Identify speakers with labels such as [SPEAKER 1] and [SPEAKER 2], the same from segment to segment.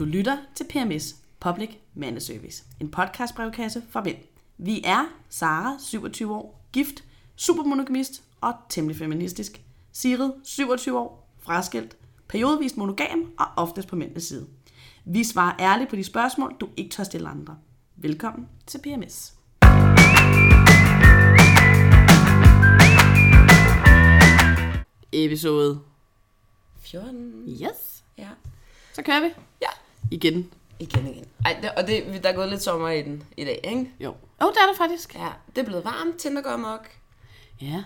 [SPEAKER 1] Du lytter til PMS, Public Mandeservice. En podcastbrevkasse fra Vind. Vi er Sara, 27 år, gift, supermonogamist og temmelig feministisk. Sigrid, 27 år, fraskilt, periodevis monogam og oftest på mændenes side. Vi svarer ærligt på de spørgsmål, du ikke tør stille andre. Velkommen til PMS. Episode
[SPEAKER 2] 14.
[SPEAKER 1] Yes.
[SPEAKER 2] Ja.
[SPEAKER 1] Så kører vi.
[SPEAKER 2] Ja.
[SPEAKER 1] Igen.
[SPEAKER 2] Igen, igen. Ej, det, og det, der er gået lidt sommer i den i dag, ikke?
[SPEAKER 1] Jo. Åh, oh, det er der faktisk.
[SPEAKER 2] Ja. Det er blevet varmt, Tinder går amok.
[SPEAKER 1] Ja,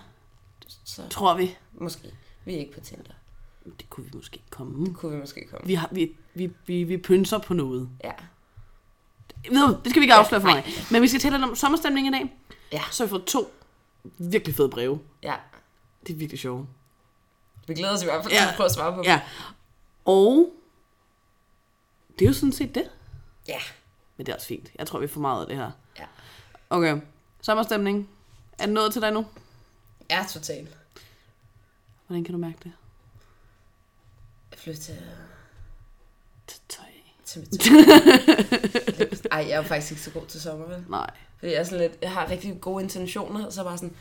[SPEAKER 2] Så
[SPEAKER 1] tror vi.
[SPEAKER 2] måske. Vi er ikke på Tinder.
[SPEAKER 1] Det kunne vi måske komme.
[SPEAKER 2] Kunne vi måske komme.
[SPEAKER 1] Vi, har, vi, vi, vi, vi pynser på noget.
[SPEAKER 2] Ja.
[SPEAKER 1] Ved du, Det skal vi ikke afsløre for mig. Men vi skal tale lidt om sommerstemning i dag.
[SPEAKER 2] Ja.
[SPEAKER 1] Så har vi fået to virkelig fede breve.
[SPEAKER 2] Ja.
[SPEAKER 1] Det er virkelig sjovt.
[SPEAKER 2] Vi glæder os i hvert fald
[SPEAKER 1] Ja.
[SPEAKER 2] til at prøve at svare på dem.
[SPEAKER 1] Ja. Og det er jo sådan set det.
[SPEAKER 2] Ja.
[SPEAKER 1] Men det er også fint. Jeg tror, vi får meget af det her.
[SPEAKER 2] Ja.
[SPEAKER 1] Okay. Sommerstemning. Er det nået til dig nu?
[SPEAKER 2] Ja, totalt.
[SPEAKER 1] Hvordan kan du mærke det?
[SPEAKER 2] Flyt til,
[SPEAKER 1] Til Tøj.
[SPEAKER 2] til mit tøj. Ej, jeg er jo faktisk ikke så god til sommer, vel?
[SPEAKER 1] Nej.
[SPEAKER 2] Fordi jeg, er sådan lidt, jeg har rigtig gode intentioner, og så bare sådan,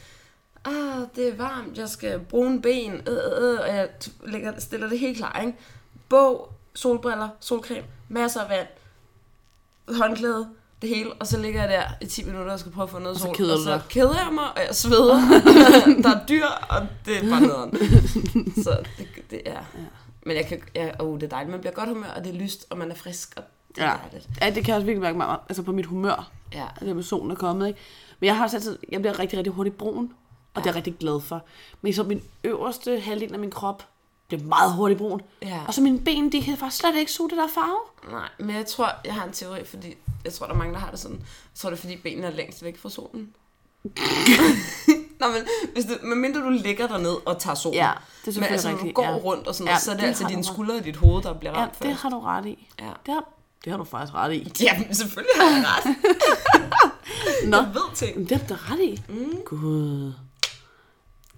[SPEAKER 2] ah, det er varmt, jeg skal brune ben, øh, øh, øh, og jeg t- lægger, stiller det helt klar, ikke? Bog, solbriller, solcreme, masser af vand, håndklæde, det hele, og så ligger jeg der i 10 minutter og skal prøve at få noget
[SPEAKER 1] så
[SPEAKER 2] sol,
[SPEAKER 1] keder
[SPEAKER 2] og
[SPEAKER 1] du
[SPEAKER 2] så
[SPEAKER 1] dig.
[SPEAKER 2] keder jeg mig, og jeg sveder, der er dyr, og det er bare nederen. Så det, det er... Men jeg kan, ja, oh, det er dejligt, man bliver godt humør, og det er lyst, og man er frisk, og det er
[SPEAKER 1] Ja.
[SPEAKER 2] dejligt.
[SPEAKER 1] ja, det kan jeg også virkelig mærke mig, altså på mit humør.
[SPEAKER 2] Ja.
[SPEAKER 1] at det med solen er kommet, ikke? Men jeg har også altid, jeg bliver rigtig, rigtig hurtigt brun, og det er jeg rigtig glad for. Men så min øverste halvdel af min krop bliver meget hurtigt brun.
[SPEAKER 2] Ja.
[SPEAKER 1] Og så mine ben, de kan faktisk slet ikke suge det der farve.
[SPEAKER 2] Nej, men jeg tror, jeg har en teori, fordi jeg tror, der er mange, der har det sådan. Jeg tror, det er, fordi benene er længst væk fra solen. Nå, men hvis du, medmindre du ligger derned og tager solen.
[SPEAKER 1] Ja, det er
[SPEAKER 2] men
[SPEAKER 1] selvfølgelig
[SPEAKER 2] altså, når du
[SPEAKER 1] rigtigt,
[SPEAKER 2] går
[SPEAKER 1] ja.
[SPEAKER 2] rundt og sådan
[SPEAKER 1] Ja,
[SPEAKER 2] noget, så er det,
[SPEAKER 1] det
[SPEAKER 2] altså
[SPEAKER 1] har du
[SPEAKER 2] dine
[SPEAKER 1] ret.
[SPEAKER 2] skuldre og dit hoved, der bliver
[SPEAKER 1] Ja,
[SPEAKER 2] ramt
[SPEAKER 1] det
[SPEAKER 2] først.
[SPEAKER 1] har du ret i.
[SPEAKER 2] Ja.
[SPEAKER 1] Det har, det har du faktisk ret i.
[SPEAKER 2] Ja, men selvfølgelig har jeg ret.
[SPEAKER 1] Nå,
[SPEAKER 2] Jeg ved ting.
[SPEAKER 1] men det har du da ret i. Mm. Gud.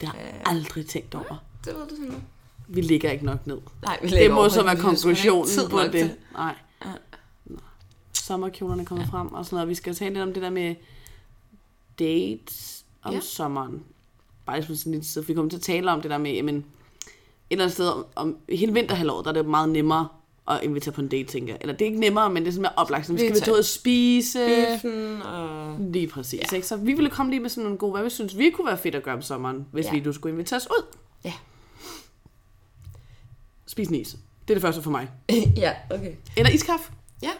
[SPEAKER 1] Det har jeg aldrig tænkt over.
[SPEAKER 2] Det ved du sådan noget.
[SPEAKER 1] Vi ligger ikke nok ned.
[SPEAKER 2] Nej, vi
[SPEAKER 1] Det
[SPEAKER 2] lægger
[SPEAKER 1] må
[SPEAKER 2] over
[SPEAKER 1] så
[SPEAKER 2] på
[SPEAKER 1] være
[SPEAKER 2] det, fordi det er
[SPEAKER 1] konklusionen
[SPEAKER 2] selvfølgelig
[SPEAKER 1] på
[SPEAKER 2] ikke tid
[SPEAKER 1] det.
[SPEAKER 2] nok til.
[SPEAKER 1] Nej.
[SPEAKER 2] Ja.
[SPEAKER 1] Nå. Sommerkjolerne kommer frem og sådan noget. Vi skal tale lidt om det der med dates om
[SPEAKER 2] Ja.
[SPEAKER 1] sommeren. Bare ligesom sådan lidt sted, for vi kommer til at tale om det der med, jamen, et eller andet sted om, om hele vinterhalvåret, der er det meget nemmere at invitere på en date, tænker jeg. Eller det er ikke nemmere, men det er sådan mere oplagt. Sådan,
[SPEAKER 2] Vi
[SPEAKER 1] skal vi
[SPEAKER 2] tager-
[SPEAKER 1] tage ud og spise?
[SPEAKER 2] Biffen og...
[SPEAKER 1] Lige præcis. Ja. Ikke? Så vi ville komme lige med sådan nogle gode, hvad vi synes, vi kunne være fedt at gøre om sommeren, hvis
[SPEAKER 2] Ja.
[SPEAKER 1] vi nu skulle invitere os ud.
[SPEAKER 2] Ja.
[SPEAKER 1] Spis en is. Det er det første for mig.
[SPEAKER 2] ja, okay.
[SPEAKER 1] Eller iskaffe.
[SPEAKER 2] Ja.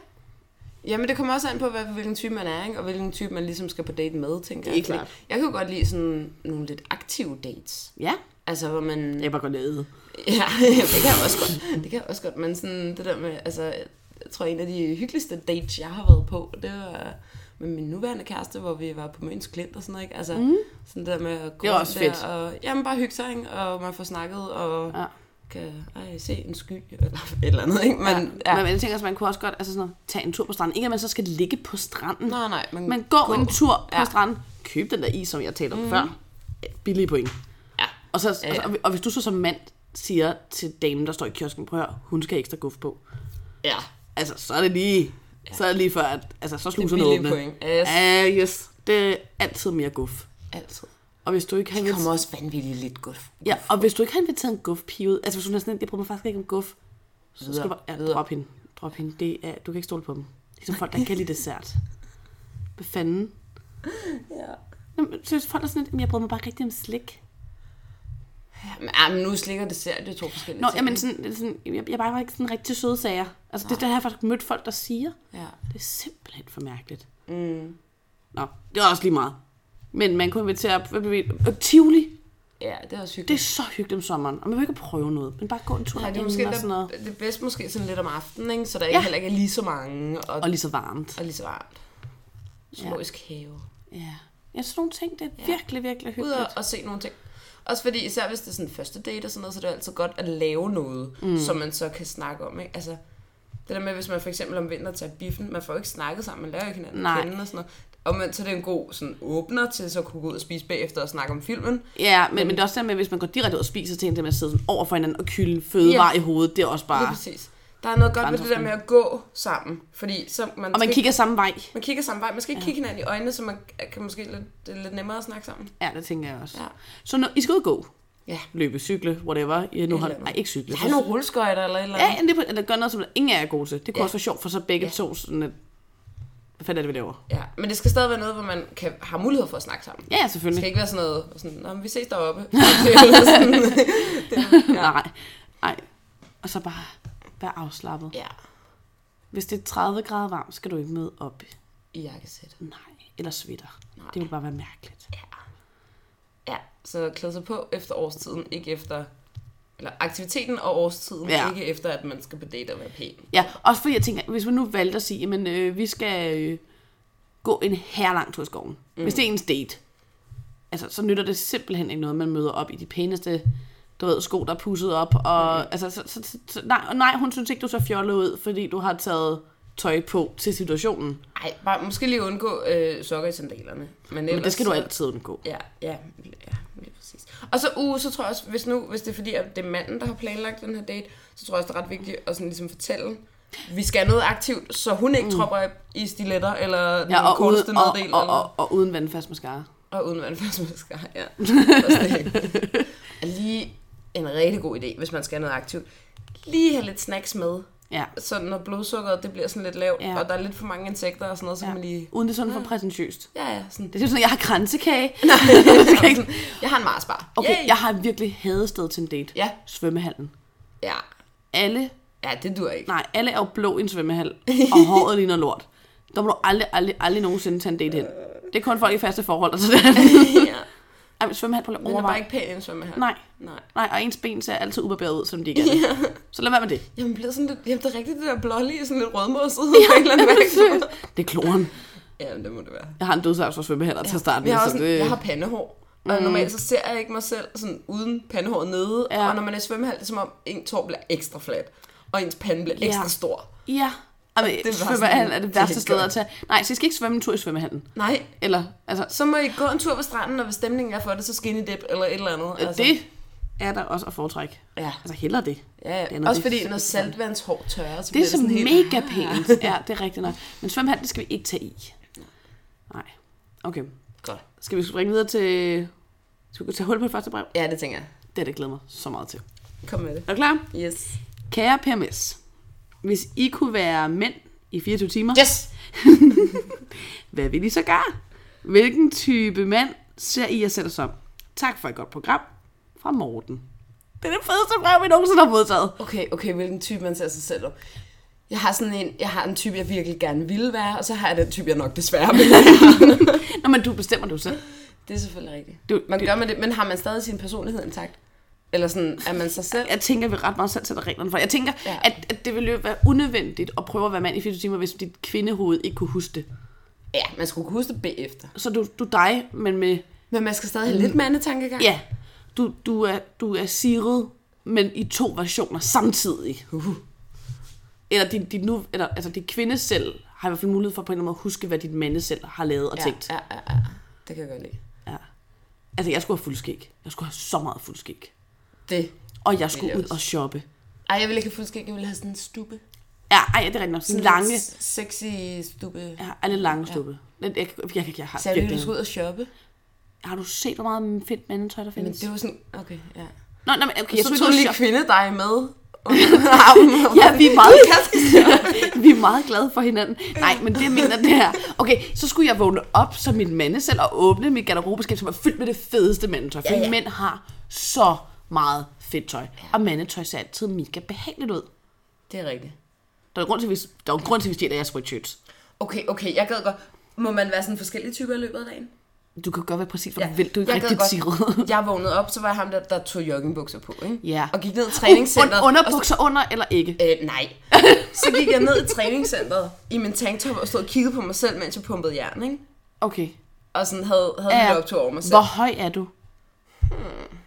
[SPEAKER 2] Jamen, det kommer også an på, hvad, hvilken type man er, ikke? og hvilken type man ligesom skal på date med, tænker
[SPEAKER 1] Det er
[SPEAKER 2] jeg.
[SPEAKER 1] klart.
[SPEAKER 2] Fordi Jeg kan jo godt lide sådan nogle lidt aktive dates.
[SPEAKER 1] Ja.
[SPEAKER 2] Altså, hvor man...
[SPEAKER 1] Jeg kan bare godt lide.
[SPEAKER 2] Ja, det kan jeg også godt. Det kan jeg også godt, men sådan det der med... Altså, jeg tror, en af de hyggeligste dates, jeg har været på, det var med min nuværende kæreste, hvor vi var på Møns Klint og sådan noget, ikke? Altså, mm. sådan det der med at gå
[SPEAKER 1] Det er
[SPEAKER 2] rundt
[SPEAKER 1] også
[SPEAKER 2] der,
[SPEAKER 1] fedt.
[SPEAKER 2] og jamen, bare hygge sig, ikke? og man får snakket, og
[SPEAKER 1] Ja.
[SPEAKER 2] kan ej, se en sky, eller et eller andet, ikke? Men, ja.
[SPEAKER 1] Men jeg tænker også, man kunne også godt altså sådan noget, tage en tur på stranden. Ikke at man så skal ligge på stranden,
[SPEAKER 2] Nej, nej, man,
[SPEAKER 1] men gå,
[SPEAKER 2] gå.
[SPEAKER 1] en tur på
[SPEAKER 2] Ja.
[SPEAKER 1] stranden. Køb den der is, som jeg talte om mm. før. Billige point.
[SPEAKER 2] Ja.
[SPEAKER 1] Og, så,
[SPEAKER 2] Ja, ja.
[SPEAKER 1] og, og, hvis du så som mand siger til damen, der står i kiosken, prøv at høre, hun skal have ekstra guf på.
[SPEAKER 2] Ja.
[SPEAKER 1] Altså, så er det lige, så er det lige før, at altså, så sluser
[SPEAKER 2] billige
[SPEAKER 1] noget åbne.
[SPEAKER 2] point. Yes.
[SPEAKER 1] Ja, yes. Det er altid mere guf.
[SPEAKER 2] Altid.
[SPEAKER 1] Og hvis du ikke har
[SPEAKER 2] Det kommer
[SPEAKER 1] inviteret,
[SPEAKER 2] også vanvittigt lidt godt.
[SPEAKER 1] ja, og hvis du ikke har inviteret en guf pige ud, altså hvis hun er sådan en, jeg prøver mig faktisk ikke om guf, så skal du
[SPEAKER 2] Videre,
[SPEAKER 1] bare, ja,
[SPEAKER 2] videre.
[SPEAKER 1] drop hende. Drop hende. Det er, du kan ikke stole på dem. Ligesom folk, der ikke kan lide dessert. Hvad fanden?
[SPEAKER 2] Ja.
[SPEAKER 1] Jamen, så hvis folk er sådan lidt, "Jamen, jeg bryder mig bare rigtig om slik.
[SPEAKER 2] Men, ah, men nu slikker det ser, det er to forskellige
[SPEAKER 1] Nå,
[SPEAKER 2] ting.
[SPEAKER 1] jamen, sådan, det er sådan, jeg, jeg er bare ikke sådan rigtig søde sager. Altså, det, det har jeg faktisk mødt folk, der siger.
[SPEAKER 2] Ja.
[SPEAKER 1] Det er simpelthen for mærkeligt. Mm. Nå, det er også lige meget. Men man kunne invitere, hvad blev vi- og Tivoli,
[SPEAKER 2] ja, det er også
[SPEAKER 1] det er
[SPEAKER 2] hyggeligt.
[SPEAKER 1] så hyggeligt om sommeren. Og man vil ikke prøve noget, men bare gå en tur
[SPEAKER 2] Nej, det er
[SPEAKER 1] herinde
[SPEAKER 2] måske
[SPEAKER 1] og sådan noget.
[SPEAKER 2] der, det er bedst måske sådan lidt om aftenen, ikke? så der ikke
[SPEAKER 1] Ja.
[SPEAKER 2] heller ikke er lige så mange og,
[SPEAKER 1] Og lige så varmt.
[SPEAKER 2] og lige så varmt. Zoologisk have.
[SPEAKER 1] Ja. Ja, sådan nogle ting, det er virkelig, virkelig
[SPEAKER 2] Ud
[SPEAKER 1] hyggeligt.
[SPEAKER 2] og, og se nogle ting. Også fordi, især hvis det er sådan første date og sådan noget, så er det jo altid godt at lave noget, mm. som man så kan snakke om. Ikke? Altså, det der med, hvis man for eksempel om vinteren tager biffen, man får jo ikke snakket sammen, man lærer jo ikke hinanden
[SPEAKER 1] Nej.
[SPEAKER 2] at kende og sådan noget. Og man, så er det en god sådan, åbner til så at kunne gå ud og spise bagefter og snakke om filmen.
[SPEAKER 1] Ja, men, men det er også det med, at hvis man går direkte ud og spiser, så tænker jeg, at man sidder sådan over for hinanden og kylde fødevarer ja.
[SPEAKER 2] Ja.
[SPEAKER 1] i hovedet, det er også
[SPEAKER 2] Lige
[SPEAKER 1] bare...
[SPEAKER 2] præcis. Der er noget godt ved det der
[SPEAKER 1] Grænseoverskridende.
[SPEAKER 2] med at gå sammen. Fordi så man,
[SPEAKER 1] Og man
[SPEAKER 2] skal-
[SPEAKER 1] kigger samme vej.
[SPEAKER 2] man kigger samme vej. Man skal ikke ja. kigge hinanden i øjnene, så man kan måske lidt, det er lidt nemmere at snakke sammen.
[SPEAKER 1] Ja, det tænker jeg også.
[SPEAKER 2] Ja.
[SPEAKER 1] Så når, I skal ud og gå.
[SPEAKER 2] Ja.
[SPEAKER 1] Løbe, cykle, whatever. I nu har,
[SPEAKER 2] andet.
[SPEAKER 1] nej, ikke cykle.
[SPEAKER 2] Der er nogle rulleskøjter eller et eller
[SPEAKER 1] Ja,
[SPEAKER 2] andet.
[SPEAKER 1] ja, det, er på- eller gør noget, som ingen af jer er gode til. Det kunne
[SPEAKER 2] Ja.
[SPEAKER 1] også være sjovt for så begge
[SPEAKER 2] Ja.
[SPEAKER 1] to sådan at, Hvad fanden er det, vi laver?
[SPEAKER 2] Ja. Men det skal stadig være noget, hvor man kan, har mulighed for at snakke sammen.
[SPEAKER 1] Ja, ja,
[SPEAKER 2] Det
[SPEAKER 1] selvfølgelig.
[SPEAKER 2] skal ikke være sådan noget, sådan, Nå, men vi ses deroppe. Eller sådan.
[SPEAKER 1] ja. Nej, nej. Og så bare være afslappet.
[SPEAKER 2] ja,
[SPEAKER 1] Hvis det er 30 grader varmt, skal du ikke med op.
[SPEAKER 2] i jakkesæt.
[SPEAKER 1] Nej, eller svitter.
[SPEAKER 2] Nej.
[SPEAKER 1] Det ville bare være mærkeligt.
[SPEAKER 2] Ja. Ja, så klæde sig på efter årstiden, ikke efter... Eller aktiviteten og årstiden,
[SPEAKER 1] Ja.
[SPEAKER 2] ja. ikke efter, at man skal på date og være pæn.
[SPEAKER 1] Ja, også fordi jeg tænker, hvis man nu valgte at sige, at øh, vi skal øh, gå en herrelang tur i skoven. Mm. Hvis det er ens date, altså, så nytter det simpelthen ikke noget, man møder op i de pæneste du ved, sko, der er pusset op. Og, mm. altså, så, så, så, så, nej, og nej, hun synes ikke, du så fjollet ud, fordi du har taget tøj på til situationen.
[SPEAKER 2] Ej, bare måske lige undgå øh, sokker i sandalerne. Men, ellers,
[SPEAKER 1] Men det skal du
[SPEAKER 2] så-
[SPEAKER 1] altid undgå.
[SPEAKER 2] Ja, ja, ja, lige præcis. Og så, uh, så tror jeg også, hvis, nu, hvis det er fordi, at det er manden, der har planlagt den her date, så tror jeg også, det er ret vigtigt at sådan ligesom fortælle, vi skal noget aktivt, så hun ikke mm. tropper i stiletter, eller den
[SPEAKER 1] Ja, og,
[SPEAKER 2] korteste
[SPEAKER 1] uden, og,
[SPEAKER 2] neddel,
[SPEAKER 1] og,
[SPEAKER 2] eller-
[SPEAKER 1] og, og uden vandfast mascara.
[SPEAKER 2] Og uden vandfaldsmaskara, ja. Også det. Og lige en rigtig god idé, hvis man skal have noget aktivt. Lige have lidt snacks med,
[SPEAKER 1] Ja.
[SPEAKER 2] så når blodsukkeret det bliver sådan lidt lavt,
[SPEAKER 1] Ja.
[SPEAKER 2] ja. og der er lidt for mange insekter og sådan noget, så
[SPEAKER 1] ja.
[SPEAKER 2] kan man lige...
[SPEAKER 1] Uden det er sådan for præsentiøst.
[SPEAKER 2] Ja, ja, sådan.
[SPEAKER 1] Det er sådan, jeg har kransekage.
[SPEAKER 2] Nej, jeg har en Mars bar.
[SPEAKER 1] Okay,
[SPEAKER 2] Yay!
[SPEAKER 1] jeg har virkelig hadested til en date.
[SPEAKER 2] Ja,
[SPEAKER 1] Svømmehallen.
[SPEAKER 2] ja.
[SPEAKER 1] Alle
[SPEAKER 2] Ja, det dur ikke.
[SPEAKER 1] Nej, alle er jo blå i en svømmehal, og håret ligner lort. Der må du aldrig, aldrig, aldrig nogensinde tage en date hen. Det er kun folk i faste forhold, altså det.
[SPEAKER 2] ja.
[SPEAKER 1] Ej, men svømmehal på
[SPEAKER 2] Den er bare
[SPEAKER 1] overvej.
[SPEAKER 2] ikke pæn i en svømmehal.
[SPEAKER 1] Nej,
[SPEAKER 2] Nej.
[SPEAKER 1] nej, og ens ben ser altid ubarberet ud, som de ikke er. det. Så lad være med det.
[SPEAKER 2] Jamen, bliver sådan lidt, jamen, det er rigtigt, det der blålige, sådan lidt rødmosset. Ja, på en eller anden mærkelig måde.
[SPEAKER 1] Det er kloren.
[SPEAKER 2] Ja, men det må det være.
[SPEAKER 1] Jeg har en dødsangst for svømmehaller til at starte
[SPEAKER 2] Jeg
[SPEAKER 1] med,
[SPEAKER 2] har,
[SPEAKER 1] så
[SPEAKER 2] også,
[SPEAKER 1] det...
[SPEAKER 2] jeg har pandehår. Og mm. normalt så ser jeg ikke mig selv sådan uden pandehår nede.
[SPEAKER 1] Ja.
[SPEAKER 2] Ja. Og når man er i svømmehal, det er som om en tår bliver ekstra flat. Og ens pande bliver
[SPEAKER 1] Ja.
[SPEAKER 2] ekstra stor.
[SPEAKER 1] Ja. Jamen,
[SPEAKER 2] det var
[SPEAKER 1] svømmehallen
[SPEAKER 2] sådan-
[SPEAKER 1] er det
[SPEAKER 2] det er
[SPEAKER 1] værste
[SPEAKER 2] ikke
[SPEAKER 1] sted
[SPEAKER 2] godt.
[SPEAKER 1] at tage. Nej, så I skal ikke svømme en tur i svømmehallen.
[SPEAKER 2] Nej,
[SPEAKER 1] Eller, altså,
[SPEAKER 2] så må I gå en tur på stranden, og hvis stemningen er for det, så skinny dip eller et eller andet.
[SPEAKER 1] altså. det er der også at foretrække.
[SPEAKER 2] Ja.
[SPEAKER 1] Altså, heller det.
[SPEAKER 2] ja,
[SPEAKER 1] andet,
[SPEAKER 2] ja. Også
[SPEAKER 1] det er
[SPEAKER 2] fordi, når
[SPEAKER 1] simpelthen-
[SPEAKER 2] saltvandshår tørrer, så
[SPEAKER 1] Det
[SPEAKER 2] bliver
[SPEAKER 1] er
[SPEAKER 2] det
[SPEAKER 1] så
[SPEAKER 2] sådan helt...
[SPEAKER 1] mega pænt. Ja, det er rigtigt nok. Men svømmehal, det skal vi ikke tage i. Nej. Okay.
[SPEAKER 2] Godt.
[SPEAKER 1] Skal vi springe videre til... Skal vi tage hul på det første brev?
[SPEAKER 2] Ja, det tænker jeg.
[SPEAKER 1] Det har det glæder mig så meget til.
[SPEAKER 2] Kom med det.
[SPEAKER 1] Er du klar?
[SPEAKER 2] Yes.
[SPEAKER 1] Kære PMS, hvis I kunne være mænd i 24 timer,
[SPEAKER 2] Yes!
[SPEAKER 1] hvad vil I så gøre? Hvilken type mand ser I jer selv som? Tak for et godt program fra Morten. Det er det fedeste brev, vi nogensinde har modtaget.
[SPEAKER 2] Okay, okay, hvilken type man ser sig selv om. Jeg har sådan en, jeg har en type, jeg virkelig gerne ville være, og så har jeg den type, jeg nok desværre vil
[SPEAKER 1] Nå, men du bestemmer du selv.
[SPEAKER 2] Det er selvfølgelig rigtigt.
[SPEAKER 1] Du-
[SPEAKER 2] Du, man
[SPEAKER 1] du-
[SPEAKER 2] du, gør med det, men har man stadig sin personlighed intakt? Eller sådan, er man sig selv?
[SPEAKER 1] Jeg tænker, at vi ret meget selv sætter reglerne for. Jeg tænker, ja.
[SPEAKER 2] Ja.
[SPEAKER 1] at, at, det ville jo være unødvendigt at prøve at være mand i 24 timer, hvis dit kvindehoved ikke kunne huske det.
[SPEAKER 2] Ja, man skulle kunne huske det bagefter. Mm.
[SPEAKER 1] Så du, du er dig, men med
[SPEAKER 2] Men man skal stadig have lidt mandetankegang.
[SPEAKER 1] Ja, du, du, er, du er siret, men i to versioner samtidig. Uh.
[SPEAKER 2] Uh-huh.
[SPEAKER 1] Eller din, din, nu, eller, altså din kvinde selv har i hvert fald mulighed for på en eller anden måde at huske, hvad din mande selv har lavet og
[SPEAKER 2] ja,
[SPEAKER 1] tænkt.
[SPEAKER 2] ja, ja, ja. Det kan jeg godt lide.
[SPEAKER 1] Ja. Altså, jeg skulle have fuldskæg. Jeg skulle have så meget fuldskæg.
[SPEAKER 2] Det.
[SPEAKER 1] Og jeg skulle
[SPEAKER 2] jeg
[SPEAKER 1] ud
[SPEAKER 2] også.
[SPEAKER 1] og shoppe.
[SPEAKER 2] Ej, jeg ville ikke have fuldskæg, jeg ville have sådan en stube.
[SPEAKER 1] Ja, ej, det er rigtigt nok. Sådan lange,
[SPEAKER 2] lidt Sexy stube. Ja.
[SPEAKER 1] ja, alle lange stuppe. Jeg, jeg, jeg, jeg, jeg har,
[SPEAKER 2] Så jeg ville
[SPEAKER 1] virkelig-
[SPEAKER 2] skulle ud og shoppe.
[SPEAKER 1] har du set, hvor meget fedt mandetøj der
[SPEAKER 2] Men
[SPEAKER 1] findes?
[SPEAKER 2] det var sådan, okay, ja.
[SPEAKER 1] Nå, nej, men okay,
[SPEAKER 2] Jeg
[SPEAKER 1] jeg
[SPEAKER 2] så
[SPEAKER 1] skulle
[SPEAKER 2] tog
[SPEAKER 1] ikke ud
[SPEAKER 2] lige
[SPEAKER 1] og shoppe.
[SPEAKER 2] kvinde dig med. under armen.
[SPEAKER 1] Ja, vi er meget
[SPEAKER 2] Jeg skal shoppe.
[SPEAKER 1] Vi er meget glade for hinanden. Nej, men det jeg mener det er, okay, så skulle jeg vågne op som min mande selv og åbne mit garderobeskab, som er fyldt med det fedeste mandetøj. For
[SPEAKER 2] Ja, ja.
[SPEAKER 1] mænd har så meget fedt tøj. Og mandetøj ser altid mega behageligt ud.
[SPEAKER 2] Det er rigtigt.
[SPEAKER 1] Der er en grund til, at vi, der er en grund til, at vi stjæler jeres sweatshirts.
[SPEAKER 2] Okay, okay, jeg gad godt. Må man være sådan forskellige typer i løbet af dagen?
[SPEAKER 1] Du kan godt være præcis, hvad
[SPEAKER 2] Ja,
[SPEAKER 1] ja. du vil. Du er ikke
[SPEAKER 2] jeg gad
[SPEAKER 1] rigtig
[SPEAKER 2] godt.
[SPEAKER 1] siret.
[SPEAKER 2] Jeg vågnede op, så var jeg ham, der, der tog joggingbukser på, ikke?
[SPEAKER 1] Ja.
[SPEAKER 2] Og gik ned i træningscenteret.
[SPEAKER 1] Uh, under, underbukser under eller ikke?
[SPEAKER 2] og så, øh, nej. Så gik jeg ned i træningscenteret i min tanktop og stod og kiggede på mig selv, mens jeg pumpede jern, ikke?
[SPEAKER 1] Okay.
[SPEAKER 2] Og sådan havde, havde ja.
[SPEAKER 1] Ja.
[SPEAKER 2] en optur over mig selv.
[SPEAKER 1] Hvor høj er du?
[SPEAKER 2] Hmm.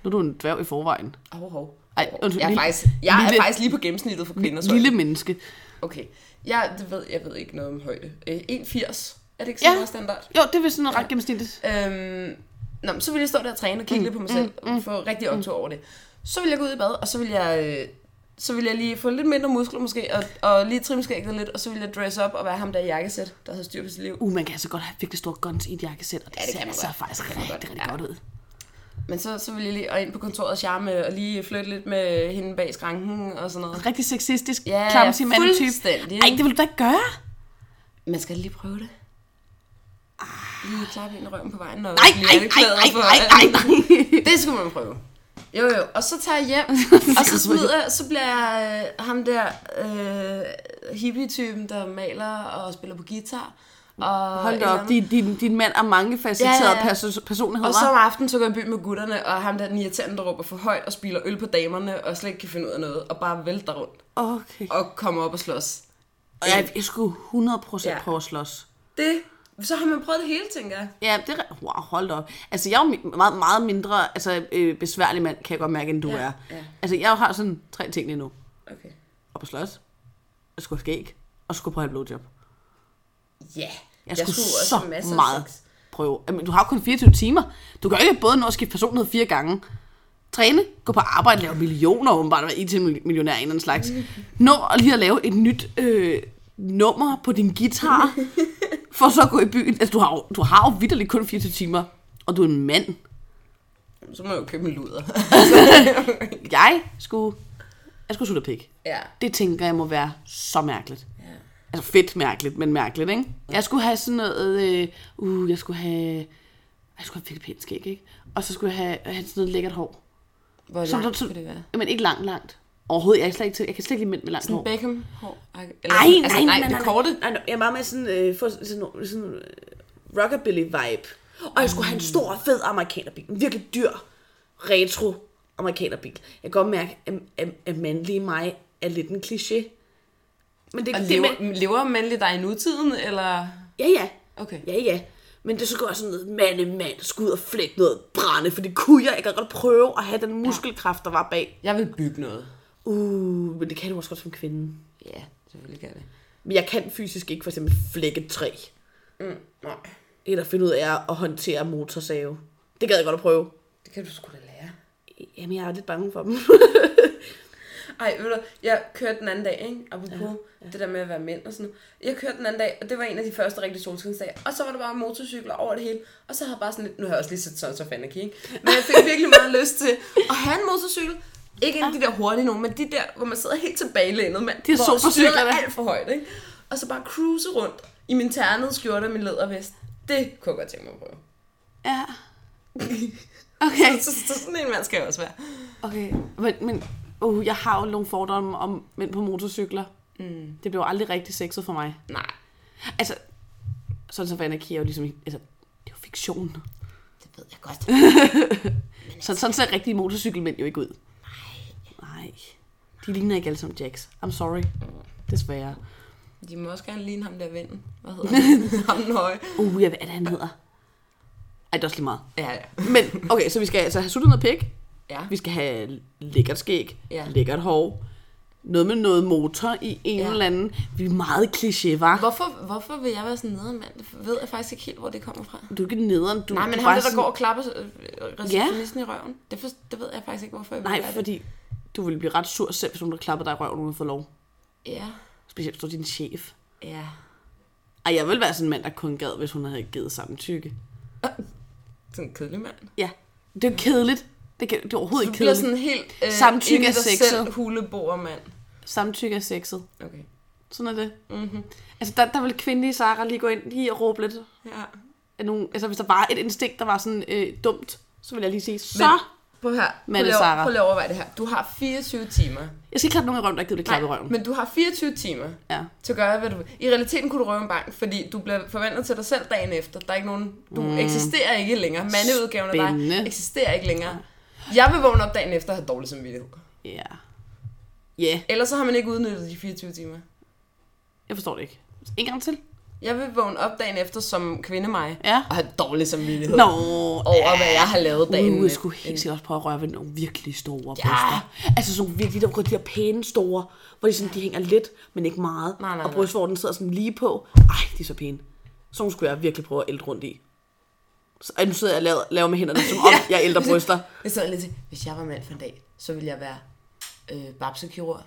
[SPEAKER 1] Nu er du en dværg i forvejen.
[SPEAKER 2] Hov, hov.
[SPEAKER 1] Ej, undskyld,
[SPEAKER 2] jeg er,
[SPEAKER 1] lille-
[SPEAKER 2] faktisk, jeg
[SPEAKER 1] lille-
[SPEAKER 2] er faktisk lige på gennemsnittet for kvinder. tror jeg.
[SPEAKER 1] Lille menneske.
[SPEAKER 2] Okay. Jeg, det ved, jeg ved ikke noget om højde. Øh, 1,80. Er det ikke
[SPEAKER 1] Ja.
[SPEAKER 2] sådan ja. standard?
[SPEAKER 1] Jo, det er vist sådan ret gennemsnitligt.
[SPEAKER 2] Øhm, nå, men så mm, ville jeg stå der og træne og kigge mm, lidt på mig selv, mm, og få rigtig optur over det. Så ville jeg gå ud i bad, og så ville jeg øh, så ville jeg lige få lidt mindre muskler måske, og, og lige trimme skægget lidt, og så ville jeg dress op og være ham der i jakkesæt, der havde styr på sit liv.
[SPEAKER 1] Uh, man kan altså godt have virkelig store guns i et jakkesæt, og det,
[SPEAKER 2] Ja, det
[SPEAKER 1] ser
[SPEAKER 2] kan man
[SPEAKER 1] altså
[SPEAKER 2] godt.
[SPEAKER 1] faktisk
[SPEAKER 2] Det kan man
[SPEAKER 1] rigtig,
[SPEAKER 2] godt.
[SPEAKER 1] rigtig
[SPEAKER 2] Ja.
[SPEAKER 1] godt ud.
[SPEAKER 2] Men så, så ville jeg lige og ind på kontoret og charme, og lige flytte lidt med hende bag skranken og sådan noget.
[SPEAKER 1] Rigtig sexistisk,
[SPEAKER 2] Ja,
[SPEAKER 1] ja, klamsy
[SPEAKER 2] ja,
[SPEAKER 1] mandetype.
[SPEAKER 2] fuldstændig.
[SPEAKER 1] Ej, det vil du da ikke gøre.
[SPEAKER 2] Man skal lige prøve det. Ah. Lige klappe ind i røven på vejen. Og
[SPEAKER 1] Nej,
[SPEAKER 2] blive
[SPEAKER 1] nej, nej,
[SPEAKER 2] anklaget
[SPEAKER 1] nej,
[SPEAKER 2] for
[SPEAKER 1] nej,
[SPEAKER 2] alt
[SPEAKER 1] nej,
[SPEAKER 2] muligt.
[SPEAKER 1] nej.
[SPEAKER 2] Det skulle man prøve. Jo, jo. Og så tager jeg hjem, og så, smider, jeg- så bliver jeg øh, ham der øh, hippie-typen, der maler og spiller på guitar. Og
[SPEAKER 1] Hold da op,
[SPEAKER 2] et eller andet.
[SPEAKER 1] din, din, din mand er mange facetterede
[SPEAKER 2] Ja,
[SPEAKER 1] ja,
[SPEAKER 2] ja, ja.
[SPEAKER 1] perso- personligheder.
[SPEAKER 2] Og så om aftenen så går jeg i byen med gutterne, og ham der den irriterende, der råber for højt og spiller øl på damerne, og slet ikke kan finde ud af noget, og bare vælter rundt,
[SPEAKER 1] Okay.
[SPEAKER 2] og kommer op og slås.
[SPEAKER 1] Og jeg, jeg skulle 100% ja.
[SPEAKER 2] Ja.
[SPEAKER 1] prøve at slås.
[SPEAKER 2] Det, så har man prøvet det hele, tænker jeg.
[SPEAKER 1] Ja, det er... Wow, hold da op. Altså, jeg er jo mi- meget, meget mindre altså, øh, besværlig mand, kan jeg godt mærke, end du
[SPEAKER 2] Ja,
[SPEAKER 1] er.
[SPEAKER 2] ja.
[SPEAKER 1] Altså, jeg har sådan tre ting lige nu.
[SPEAKER 2] Okay.
[SPEAKER 1] Op på slås, jeg skulle have skæg, og så skulle jeg prøve at have et blowjob.
[SPEAKER 2] Ja, yeah.
[SPEAKER 1] Jeg, jeg skulle,
[SPEAKER 2] også have
[SPEAKER 1] skulle
[SPEAKER 2] masser
[SPEAKER 1] så
[SPEAKER 2] af
[SPEAKER 1] meget
[SPEAKER 2] sex.
[SPEAKER 1] prøve. Jamen, du har jo kun 24 timer. Du kan jo ikke både nå at skifte personlighed fire gange. Træne, gå på arbejde, lave millioner åbenbart, at være IT-millionær af en eller anden slags. Nå at lige at lave et nyt øh, nummer på din guitar, for så at gå i byen. Altså, du har jo, du har jo vitterligt kun 24 timer, og du er en mand.
[SPEAKER 2] Så må jeg jo købe en luder.
[SPEAKER 1] Jeg skulle, jeg skulle sutte pik.
[SPEAKER 2] ja.
[SPEAKER 1] Det tænker jeg må være så mærkeligt.
[SPEAKER 2] ja.
[SPEAKER 1] Altså fedt mærkeligt, men mærkeligt, ikke? Jeg skulle have sådan noget, øh, uh, jeg skulle have, jeg skulle have filippinsk æg, ikke? Og så skulle jeg have, have sådan noget lækkert hår.
[SPEAKER 2] Hvor
[SPEAKER 1] Som
[SPEAKER 2] langt
[SPEAKER 1] du-
[SPEAKER 2] kan det være?
[SPEAKER 1] Men ikke langt, langt. Overhovedet, jeg, er slet ikke, til- jeg kan slet ikke lide mænd med langt hår.
[SPEAKER 2] Sådan Beckham hår? Ej,
[SPEAKER 1] Ej,
[SPEAKER 2] sådan-
[SPEAKER 1] nej, nej,
[SPEAKER 2] Altså, nej,
[SPEAKER 1] nej,
[SPEAKER 2] det
[SPEAKER 1] nej.
[SPEAKER 2] korte.
[SPEAKER 1] Nej, nej, jeg er meget med sådan, øh, få sådan, sådan, sådan øh, rockabilly-vibe. Og jeg skulle have en stor, fed amerikanerbil. En virkelig dyr, retro amerikanerbil. Jeg kan godt mærke, at, at, at mandlige mig er lidt en kliché. Men det,
[SPEAKER 2] Og
[SPEAKER 1] det,
[SPEAKER 2] lever,
[SPEAKER 1] men-
[SPEAKER 2] lever mandlig dig i nutiden, eller?
[SPEAKER 1] Ja, ja.
[SPEAKER 2] Okay.
[SPEAKER 1] Ja, ja. Men det så går jeg sådan noget mand mand, skulle ud og flække noget brænde, for det kunne jeg. Jeg kan godt prøve at have den muskelkraft, der var bag.
[SPEAKER 2] Jeg vil bygge noget.
[SPEAKER 1] Uh, men det kan du også godt som kvinde.
[SPEAKER 2] Ja, selvfølgelig kan jeg det.
[SPEAKER 1] Men jeg kan fysisk ikke for eksempel flække et træ.
[SPEAKER 2] Mm, Nej,
[SPEAKER 1] Eller finde ud af at håndtere motorsave. Det gad jeg godt at prøve.
[SPEAKER 2] det kan du sgu da lære.
[SPEAKER 1] Jamen, jeg er lidt bange for dem.
[SPEAKER 2] Ej, ved du, jeg kørte den anden dag, ikke? Apropos ja, ja. det der med at være mænd og sådan noget. Jeg kørte den anden dag, og det var en af de første rigtige solskinsdage. Og så var der bare motorcykler over det hele. Og så havde jeg bare sådan lidt, nu har jeg også lige set Sons of Anarchy, ikke? Men jeg fik virkelig meget lyst til at have en motorcykel. Ikke en af de der hurtige nogen, men de der, hvor man sidder helt tilbagelænet, mand.
[SPEAKER 1] De er
[SPEAKER 2] hvor
[SPEAKER 1] supercyklerne.
[SPEAKER 2] styret er alt for højt, ikke? Og så bare cruise rundt i min ternede skjorte og min lædervest. Det kunne jeg godt tænke mig at prøve.
[SPEAKER 1] ja. Okay.
[SPEAKER 2] Så, så, så sådan en mand skal jeg også være.
[SPEAKER 1] Okay. Men, men uh, jeg har jo nogle fordomme om mænd på motorcykler. Mm. Det blev aldrig rigtig sexet for mig.
[SPEAKER 2] Nej,
[SPEAKER 1] Altså, sådan som Anarki er jo ligesom... Altså, det er jo fiktion.
[SPEAKER 2] det ved jeg godt.
[SPEAKER 1] Så sådan ser rigtige motorcykelmænd jo ikke ud. Nej. Nej. De ligner ikke alle sammen Jacks. I'm sorry. Desværre.
[SPEAKER 2] De må også gerne ligne ham der vennen. Hvad hedder han? ham den høje.
[SPEAKER 1] Uh, jeg ved, hvad han hedder. Ej, det er også lige meget.
[SPEAKER 2] Ja, ja.
[SPEAKER 1] Men, okay, så vi skal altså have suttet noget pik.
[SPEAKER 2] Ja.
[SPEAKER 1] Vi skal have lækkert skæg.
[SPEAKER 2] Ja.
[SPEAKER 1] Lækkert hår. Noget med noget motor i en ja.
[SPEAKER 2] Ja.
[SPEAKER 1] eller anden. Vi er meget kliché, var.
[SPEAKER 2] Hvorfor, hvorfor vil jeg være sådan en nederen mand? Det ved jeg faktisk ikke helt, hvor det kommer fra.
[SPEAKER 1] Du er ikke nederen. Du,
[SPEAKER 2] Nej, men
[SPEAKER 1] du er
[SPEAKER 2] ham
[SPEAKER 1] bare
[SPEAKER 2] der, der
[SPEAKER 1] sådan-
[SPEAKER 2] går og klapper øh, receptionisten i røven, det, for, det ved jeg faktisk ikke, hvorfor jeg vil
[SPEAKER 1] Nej,
[SPEAKER 2] være det.
[SPEAKER 1] fordi du ville blive ret sur selv, hvis nogen der klappede dig i røven, uden at få lov.
[SPEAKER 2] Ja,
[SPEAKER 1] Specielt hvis du er din chef.
[SPEAKER 2] ja.
[SPEAKER 1] Ej, jeg ville være sådan en mand, der kun gad, hvis hun havde givet samtykke.
[SPEAKER 2] Sådan en kedelig mand.
[SPEAKER 1] Ja, det er jo kedeligt. Det, kan, det er overhovedet
[SPEAKER 2] Du
[SPEAKER 1] ikke
[SPEAKER 2] bliver
[SPEAKER 1] kedeligt.
[SPEAKER 2] sådan helt øh,
[SPEAKER 1] Samtykke
[SPEAKER 2] inde i
[SPEAKER 1] er
[SPEAKER 2] dig
[SPEAKER 1] sexet.
[SPEAKER 2] selv huleboer mand.
[SPEAKER 1] Samtykke er sexet.
[SPEAKER 2] Okay.
[SPEAKER 1] Sådan er det.
[SPEAKER 2] Mm-hmm.
[SPEAKER 1] Altså, der, der vil kvindelige Sara lige gå ind lige og råbe lidt.
[SPEAKER 2] Ja.
[SPEAKER 1] Af nogen, altså, hvis der var et instinkt, der var sådan øh, dumt, så vil jeg lige sige, så!
[SPEAKER 2] Men- Prøv her.
[SPEAKER 1] Mette
[SPEAKER 2] Prøv lige,
[SPEAKER 1] Sarah.
[SPEAKER 2] at- prøv lige at overveje det her. Du har 24 timer.
[SPEAKER 1] Jeg skal ikke klappe nogen i røven, der ikke gider det klappe i røven.
[SPEAKER 2] men du har 24 timer
[SPEAKER 1] Ja.
[SPEAKER 2] til at gøre, hvad du vil. I realiteten kunne du røve en bank, fordi du bliver forvandlet til dig selv dagen efter. Der er ikke nogen, du mm. eksisterer ikke længere. Mandeudgaven af
[SPEAKER 1] Spændende.
[SPEAKER 2] dig eksisterer ikke længere. Jeg vil vågne op dagen efter og have dårlig samvittighed.
[SPEAKER 1] Ja. Ja,
[SPEAKER 2] Ellers så har man ikke udnyttet de 24 timer.
[SPEAKER 1] jeg forstår det ikke. En gang til.
[SPEAKER 2] Jeg vil vågne op dagen efter som kvinde mig
[SPEAKER 1] Ja.
[SPEAKER 2] og have dårlig samvittighed
[SPEAKER 1] Nå,
[SPEAKER 2] over, hvad jeg har lavet dagen
[SPEAKER 1] Uh, jeg skulle helt sikkert også prøve at røre ved nogle virkelig store ja. bryster. Altså sådan nogle virkelig, der, de der pæne store, hvor de, sådan, de hænger lidt, men ikke meget.
[SPEAKER 2] Nej, nej,
[SPEAKER 1] og
[SPEAKER 2] nej.
[SPEAKER 1] brystvorten sidder sådan lige på. Ej, de er så pæne. Sådan skulle jeg virkelig prøve at ælte rundt i. Så, ej, nu sidder jeg og laver, laver med hænderne, som om jeg ældre bryster.
[SPEAKER 2] Jeg sad lidt til, hvis jeg var mand for en dag, så ville jeg være øh, babsekirurg.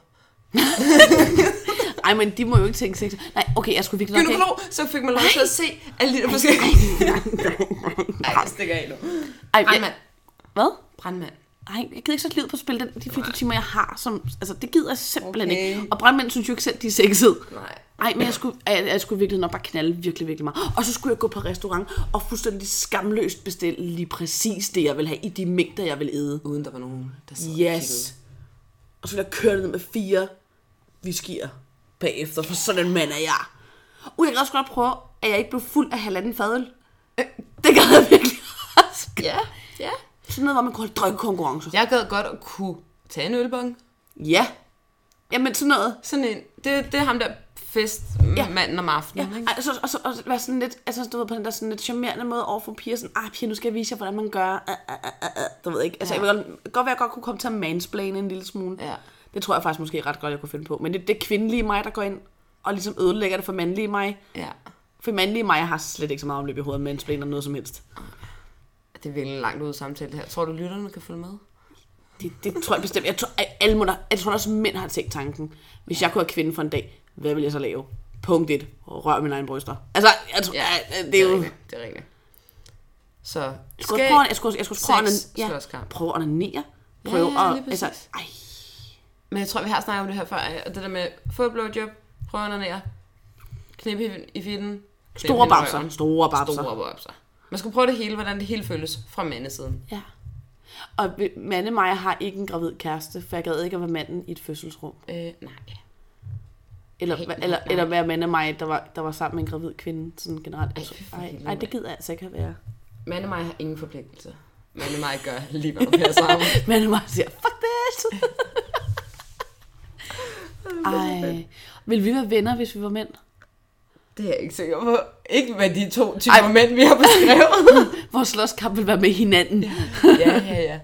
[SPEAKER 1] Ej, men de må jo ikke tænke sex. Nej, okay, jeg skulle virkelig nok...
[SPEAKER 2] Gynekolog, så fik man lov til at se alle de der forskellige... Ej, jeg stikker af nu.
[SPEAKER 1] Ej, jeg,
[SPEAKER 2] Brandmand.
[SPEAKER 1] hvad?
[SPEAKER 2] Brandmand.
[SPEAKER 1] Ej, jeg gider ikke så livet på at spille den, de 24 timer, jeg har. Som, altså, det gider jeg simpelthen
[SPEAKER 2] Okay.
[SPEAKER 1] ikke. Og brandmænd synes jo ikke selv, de er sexede.
[SPEAKER 2] Nej.
[SPEAKER 1] Ej, men jeg skulle, jeg, jeg skulle virkelig nok bare knalde virkelig, virkelig meget. Og så skulle jeg gå på restaurant og fuldstændig skamløst bestille lige præcis det, jeg vil have i de mængder, jeg vil æde.
[SPEAKER 2] Uden der var nogen, der sad og kiggede.
[SPEAKER 1] Yes. Og så ville jeg køre ned med fire whiskyer bagefter, for sådan en mand er jeg. Uh, jeg kan også godt prøve, at jeg ikke blev fuld af halvanden fadøl. Øh, Det gad jeg virkelig også.
[SPEAKER 2] Ja, ja.
[SPEAKER 1] Sådan noget, hvor man kunne holde drikkekonkurrencer.
[SPEAKER 2] Jeg gad godt at kunne tage en ølbong.
[SPEAKER 1] Ja. Jamen sådan noget.
[SPEAKER 2] Sådan en, det, det er ham der festmanden om aftenen. Ja.
[SPEAKER 1] Ja, og så, og så, og så være sådan lidt, altså du ved, på den der sådan lidt charmerende måde over for piger, sådan, ah piger, nu skal jeg vise jer, hvordan man gør, ah, ah, ah, ah, ah. du ved ikke, altså
[SPEAKER 2] Ja.
[SPEAKER 1] ja. jeg vil godt, godt være, at jeg godt kunne komme til at mansplane en lille smule.
[SPEAKER 2] Ja.
[SPEAKER 1] Det tror jeg faktisk måske ret godt, jeg kunne finde på, men det, det er kvindelige mig, der går ind og ligesom ødelægger det for mandlige mig.
[SPEAKER 2] ja.
[SPEAKER 1] For mandlige mig har slet ikke så meget omløb i hovedet, mansplaner noget som helst.
[SPEAKER 2] Det er virkelig en langt ud samtale det her. Tror du, lytterne kan følge med?
[SPEAKER 1] Det, det tror jeg bestemt. Jeg tror, at alle måder, jeg tror også, at mænd har tænkt tanken. Hvis jeg kunne være kvinde for en dag, hvad ville jeg så lave? Punkt 1. Rør mine egne bryster. Altså, jeg tror, ja, det er jo...
[SPEAKER 2] rigtigt, det er rigtigt. Så
[SPEAKER 1] Jeg skulle,
[SPEAKER 2] skal...
[SPEAKER 1] også prøve, jeg skulle, jeg skulle prøve,
[SPEAKER 2] sex,
[SPEAKER 1] at, ja,
[SPEAKER 2] slåskamp.
[SPEAKER 1] prøve at onanere. Prøve
[SPEAKER 2] ja,
[SPEAKER 1] at...
[SPEAKER 2] lige
[SPEAKER 1] Altså,
[SPEAKER 2] præcis.
[SPEAKER 1] ej,
[SPEAKER 2] Men jeg tror, vi har snakket om det her før, ikke? og det der med få et blowjob, prøv at onanere, knippe i- i fitten,
[SPEAKER 1] store babser. Store babser.
[SPEAKER 2] Store babser. Man skal prøve det hele, hvordan det hele føles fra mandesiden.
[SPEAKER 1] Ja. Og vi- Mande Maja har ikke en gravid kæreste, for jeg gad ikke at være manden i et fødselsrum.
[SPEAKER 2] Øh, nej.
[SPEAKER 1] Eller,
[SPEAKER 2] Helt
[SPEAKER 1] hva- eller,
[SPEAKER 2] klart.
[SPEAKER 1] eller være Mande Maja, der var, der var sammen med en gravid kvinde, sådan generelt.
[SPEAKER 2] Ej,
[SPEAKER 1] Altså,
[SPEAKER 2] for
[SPEAKER 1] ej,
[SPEAKER 2] helvede,
[SPEAKER 1] ej, det gider jeg altså ikke at være.
[SPEAKER 2] Mande mig har ingen forpligtelser. Mande mig gør lige, hvad der passer ham.
[SPEAKER 1] Mande Maja siger, fuck this! ej, ville vi være venner, hvis vi var mænd?
[SPEAKER 2] Det er jeg ikke sikker på. Ikke med de to typer Ej. mænd, vi har beskrevet.
[SPEAKER 1] Vores slåskamp ville være med hinanden.
[SPEAKER 2] ja, ja, ja.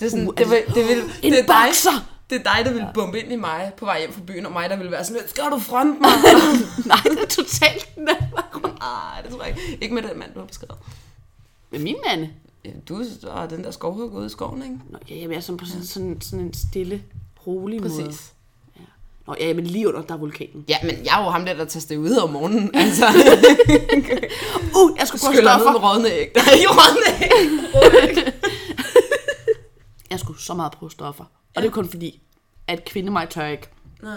[SPEAKER 2] Det er sådan,
[SPEAKER 1] Uh,
[SPEAKER 2] det, vil, det, vil,
[SPEAKER 1] En
[SPEAKER 2] det, er dig,
[SPEAKER 1] bokser!
[SPEAKER 2] det er dig, der vil bombe ind i mig på vej hjem fra byen, og mig, der vil være sådan, skal du fronte mig?
[SPEAKER 1] Nej, det er totalt den anden vej.
[SPEAKER 2] Nej, "Ah, det tror jeg ikke. Ikke med den mand, du har beskrevet.
[SPEAKER 1] Med min mand?
[SPEAKER 2] Ja, du er den der skovhugger ude i skoven, ikke?
[SPEAKER 1] Nå, ja, jamen, jeg er sådan på sådan, sådan, sådan en stille, rolig måde.
[SPEAKER 2] Præcis.
[SPEAKER 1] Nå, ja, men lige under, der er vulkanen.
[SPEAKER 2] Ja, men jeg er jo ham der, der tager det ud om morgenen. Altså,
[SPEAKER 1] Uh, jeg skulle prøve
[SPEAKER 2] skyller ned med
[SPEAKER 1] stoffer.
[SPEAKER 2] rådne æg. Nej, ikke rådne æg.
[SPEAKER 1] Jeg skulle så meget prøve stoffer. Og det er kun fordi, at kvinde mig tør ikke.
[SPEAKER 2] Nej.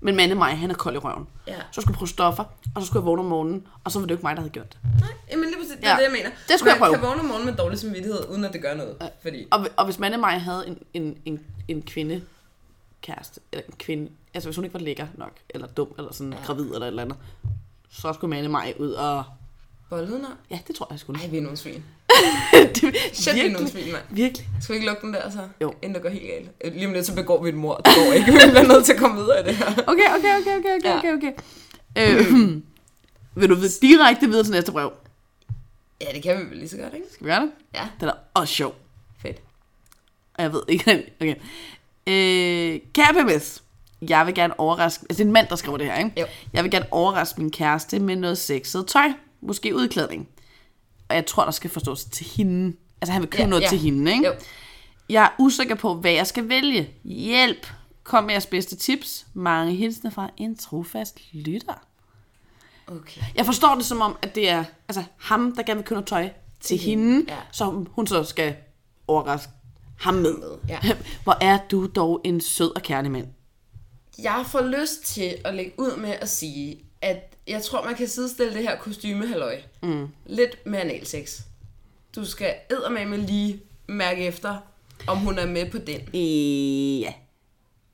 [SPEAKER 1] Men mande mig, han er kold i røven.
[SPEAKER 2] Ja.
[SPEAKER 1] Så skulle jeg prøve stoffer, og så skulle jeg vågne om morgenen, og så var det jo ikke mig, der havde gjort det.
[SPEAKER 2] Nej, jamen lige præcis, det er
[SPEAKER 1] Ja.
[SPEAKER 2] det, jeg mener.
[SPEAKER 1] Det skulle jeg
[SPEAKER 2] Man
[SPEAKER 1] prøve.
[SPEAKER 2] kan vågne om morgenen med dårlig samvittighed, uden at det gør noget. Fordi
[SPEAKER 1] Og, og hvis mande mig havde en, en, en, en kvinde kæreste, eller en kvinde, altså hvis hun ikke var lækker nok, eller dum, eller sådan ja. gravid, eller et eller andet, så skulle mande mig ud og...
[SPEAKER 2] bollet nok.
[SPEAKER 1] Ja, det tror jeg, jeg skulle.
[SPEAKER 2] Ej, vi er nogle svin.
[SPEAKER 1] det,
[SPEAKER 2] Shit, vi er nogle svin, mand.
[SPEAKER 1] virkelig.
[SPEAKER 2] Skal vi ikke lukke den der, så?
[SPEAKER 1] Jo.
[SPEAKER 2] Inden det går helt galt. Øh, Lige om lidt, så begår vi et mord. Det går ikke. Vi bliver nødt til at komme videre i det her.
[SPEAKER 1] Okay, okay, okay, okay, okay,
[SPEAKER 2] Ja.
[SPEAKER 1] okay, okay. Øh, vil du vide- direkte videre til næste brev?
[SPEAKER 2] Ja, det kan vi vel lige så godt, ikke?
[SPEAKER 1] Skal vi gøre det?
[SPEAKER 2] Ja.
[SPEAKER 1] Den er også sjov.
[SPEAKER 2] Fedt.
[SPEAKER 1] Og jeg ved ikke. Okay. Øh, kære PMS, jeg vil gerne overraske... Altså, det er en mand, der skriver det her, ikke?
[SPEAKER 2] Jo.
[SPEAKER 1] Jeg vil gerne overraske min kæreste med noget sexet tøj. Måske udklædning. Og jeg tror, der skal forstås til hende. Altså, han vil købe
[SPEAKER 2] Ja,
[SPEAKER 1] ja, noget
[SPEAKER 2] ja.
[SPEAKER 1] ja. til hende, ikke?
[SPEAKER 2] Jo.
[SPEAKER 1] Jeg er usikker på, hvad jeg skal vælge. Hjælp! Kom med jeres bedste tips. Mange hilsner fra en trofast lytter.
[SPEAKER 2] Okay.
[SPEAKER 1] Jeg forstår det som om, at det er altså, ham, der gerne vil købe noget tøj til hende,
[SPEAKER 2] ja.
[SPEAKER 1] ja. som hun så skal overraske ham med.
[SPEAKER 2] Ja.
[SPEAKER 1] Hvor er du dog en sød og kærlig mand.
[SPEAKER 2] Jeg får lyst til at lægge ud med at sige, at jeg tror, man kan sidestille det her kostyme halløj. Mm. Lidt med analsex. Du skal eddermame lige mærke efter, om hun er med på den.
[SPEAKER 1] Øh, ja.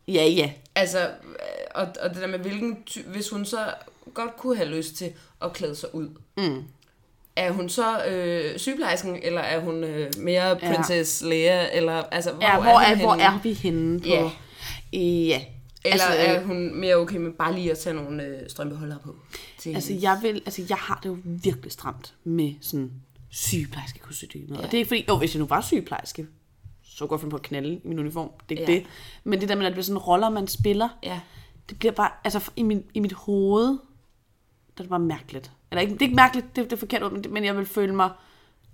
[SPEAKER 1] Ja, ja.
[SPEAKER 2] Altså, øh, og, og det der med, hvilken ty- hvis hun så godt kunne have lyst til at klæde sig ud. Mm. Er hun så øh, sygeplejersken, eller er hun øh, mere princess Leia, eller altså, hvor,
[SPEAKER 1] ja hvor,
[SPEAKER 2] hun
[SPEAKER 1] er, hvor
[SPEAKER 2] henne?
[SPEAKER 1] er vi henne på?
[SPEAKER 2] Ja.
[SPEAKER 1] Øh, ja.
[SPEAKER 2] Eller
[SPEAKER 1] altså,
[SPEAKER 2] altså,
[SPEAKER 1] øh,
[SPEAKER 2] er hun mere okay med bare lige at tage nogle øh, strømpeholdere på? Til
[SPEAKER 1] altså, jeg vil, altså, jeg har det jo virkelig stramt med sådan sygeplejerske kostymer. Ja. Og det er ikke fordi, jo, hvis jeg nu var sygeplejerske, så går jeg finde på at knalde i min uniform. Det er ikke
[SPEAKER 2] Ja.
[SPEAKER 1] ja. det. Men det der med, at det bliver sådan roller, man spiller.
[SPEAKER 2] ja.
[SPEAKER 1] Det bliver bare, altså i, min, i mit hoved, der er det bare mærkeligt. Eller ikke, det er ikke mærkeligt, det, det er forkert, ord, men, det, men jeg vil føle mig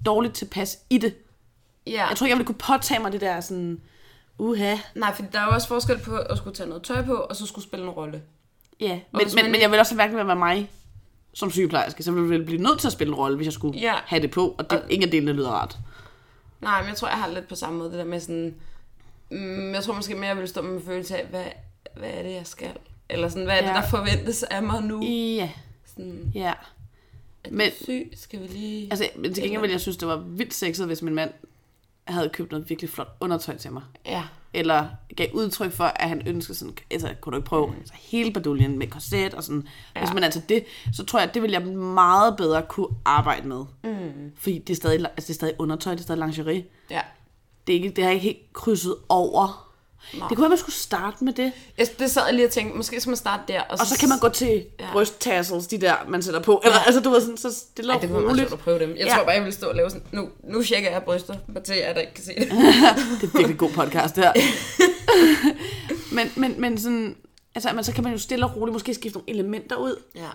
[SPEAKER 1] dårligt tilpas i det.
[SPEAKER 2] ja.
[SPEAKER 1] Jeg tror ikke, jeg ville kunne påtage mig det der sådan, Uha.
[SPEAKER 2] Nej, for der er jo også forskel på at skulle tage noget tøj på, og så skulle spille en rolle.
[SPEAKER 1] Ja,
[SPEAKER 2] Og
[SPEAKER 1] men,
[SPEAKER 2] hvis
[SPEAKER 1] men,
[SPEAKER 2] man-
[SPEAKER 1] men jeg vil også hverken være mig som sygeplejerske, så ville jeg blive nødt til at spille en rolle, hvis jeg skulle
[SPEAKER 2] Ja.
[SPEAKER 1] have det på, og det, ingen af delene lyder rart.
[SPEAKER 2] Nej, men jeg tror, jeg har lidt på samme måde det der med sådan... Mm, jeg tror måske mere, jeg ville stå med en følelse af, hvad, hvad er det, jeg skal? Eller sådan, hvad er det,
[SPEAKER 1] Ja.
[SPEAKER 2] der forventes af mig nu?
[SPEAKER 1] Ja,
[SPEAKER 2] Sådan,
[SPEAKER 1] ja.
[SPEAKER 2] er
[SPEAKER 1] Men-
[SPEAKER 2] men, syg? Skal vi lige...
[SPEAKER 1] Altså, men til gengæld ville jeg synes, det var vildt sexet, hvis min mand havde købt noget virkelig flot undertøj til mig.
[SPEAKER 2] Ja.
[SPEAKER 1] Eller gav udtryk for, at han ønskede sådan, altså, kunne du ikke prøve altså, hele baduljen med korset og sådan. Ja. Hvis
[SPEAKER 2] Mm. Ja.
[SPEAKER 1] man altså det, så tror jeg, at det ville jeg meget bedre kunne arbejde med.
[SPEAKER 2] Mm.
[SPEAKER 1] Fordi det er stadig, altså, det er stadig undertøj, det er stadig lingerie.
[SPEAKER 2] Ja.
[SPEAKER 1] Det, er ikke, det har ikke helt krydset over.
[SPEAKER 2] Nej.
[SPEAKER 1] Det kunne være, man skulle starte med det.
[SPEAKER 2] Jeg, det sad jeg lige og tænkte, måske skal man starte der.
[SPEAKER 1] Og så kan man gå til ja.
[SPEAKER 2] Ja.
[SPEAKER 1] brysttassels, de der, man sætter på. Eller, ja. altså, du ved sådan, så det lå
[SPEAKER 2] Ej, det kunne være meget
[SPEAKER 1] roligt.
[SPEAKER 2] sjovt at prøve dem. Jeg
[SPEAKER 1] Ja.
[SPEAKER 2] ja. tror bare, jeg ville stå og lave sådan, nu, nu tjekker jeg bryster, bare til jer, der ikke kan se det.
[SPEAKER 1] Det er virkelig god podcast, det her. men, men, men sådan, altså, man, så kan man jo stille og roligt måske skifte nogle elementer ud.
[SPEAKER 2] Ja.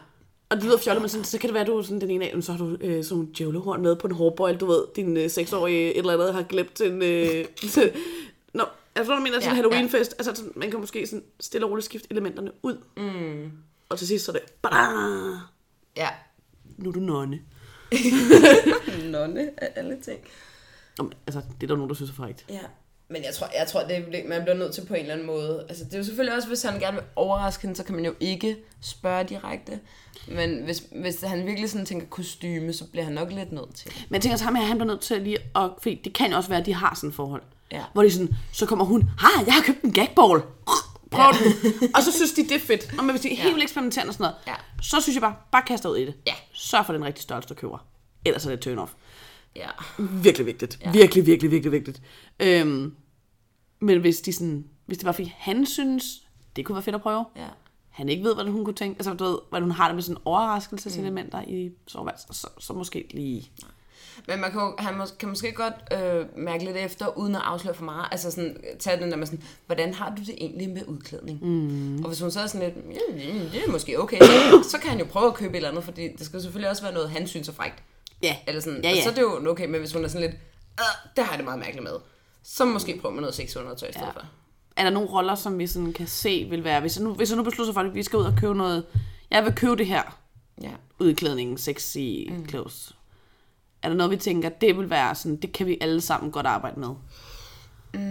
[SPEAKER 1] Og det lyder fjollet, men sådan, så kan det være, at du er sådan den ene af, "Men så har du øh, sådan nogle djævlehorn med på en hårbøjle, du ved, din øh, seksårige et eller andet har glemt til en... Øh, til, Nå, jeg tror, du mener til ja,
[SPEAKER 2] Ja,
[SPEAKER 1] Halloweenfest. Ja. Altså, sådan, man kan måske sådan stille og roligt skifte elementerne ud. Mm. Og til sidst så er det... Bada,
[SPEAKER 2] Ja.
[SPEAKER 1] nu er du nonne.
[SPEAKER 2] Nonne af alle ting.
[SPEAKER 1] Nå, men, altså, det er der nogen, der synes er frækt.
[SPEAKER 2] Ja. Men jeg tror, jeg tror det, er- man bliver nødt til på en eller anden måde. Altså, det er jo selvfølgelig også, hvis han gerne vil overraske hende, så kan man jo ikke spørge direkte. Men hvis, hvis han virkelig sådan tænker kostyme, så bliver han nok lidt nødt til. det.
[SPEAKER 1] Men jeg tænker også ham her, han bliver nødt til lige at... Fordi det kan jo også være, at de har sådan et forhold.
[SPEAKER 2] Ja.
[SPEAKER 1] Hvor de sådan, så kommer hun, ha, jeg har købt en gagball. Prøv ja. den. og så synes de, det er fedt. Og men hvis de er helt
[SPEAKER 2] Ja.
[SPEAKER 1] vildt eksperimenterende og sådan noget,
[SPEAKER 2] Ja.
[SPEAKER 1] så synes jeg bare, bare kaster ud i det.
[SPEAKER 2] Ja.
[SPEAKER 1] Sørg for den rigtige størrelse, du køber. Ellers er det turn off.
[SPEAKER 2] Ja.
[SPEAKER 1] Virkelig vigtigt. Ja. Virkelig, virkelig, virkelig vigtigt. Øhm, men hvis, de sådan, hvis det var fordi han synes, det kunne være fedt at prøve.
[SPEAKER 2] Ja.
[SPEAKER 1] Han ikke ved, hvordan hun kunne tænke. Altså, du ved, hvordan hun har det med sådan overraskelseselementer
[SPEAKER 2] Mm.
[SPEAKER 1] i soveværelset. Så, så måske lige...
[SPEAKER 2] Men man kan, jo- han mås- kan måske godt øh, mærke lidt efter, uden at afsløre for meget. Altså sådan, tage den der med sådan, hvordan har du det egentlig med udklædning? Mm. Og hvis hun så er sådan lidt, ja, det- det er måske okay, så kan han jo prøve at købe et eller andet, fordi det skal selvfølgelig også være noget, han synes er frækt.
[SPEAKER 1] Ja,
[SPEAKER 2] Eller sådan,
[SPEAKER 1] ja, ja.
[SPEAKER 2] Og så er det jo okay, men hvis hun er sådan lidt, "Øh, det har jeg det meget mærkeligt med, så måske prøve med noget sexundertøj i stedet
[SPEAKER 1] Ja.
[SPEAKER 2] for.
[SPEAKER 1] er der nogle roller, som vi sådan kan se vil være, hvis jeg nu, hvis jeg nu beslutter sig for, at vi skal ud og købe noget, jeg vil købe det her,
[SPEAKER 2] Ja.
[SPEAKER 1] udklædning, sexy, mm. clothes. Er der noget, vi tænker, det vil være sådan, det kan vi alle sammen godt arbejde med?
[SPEAKER 2] Mm,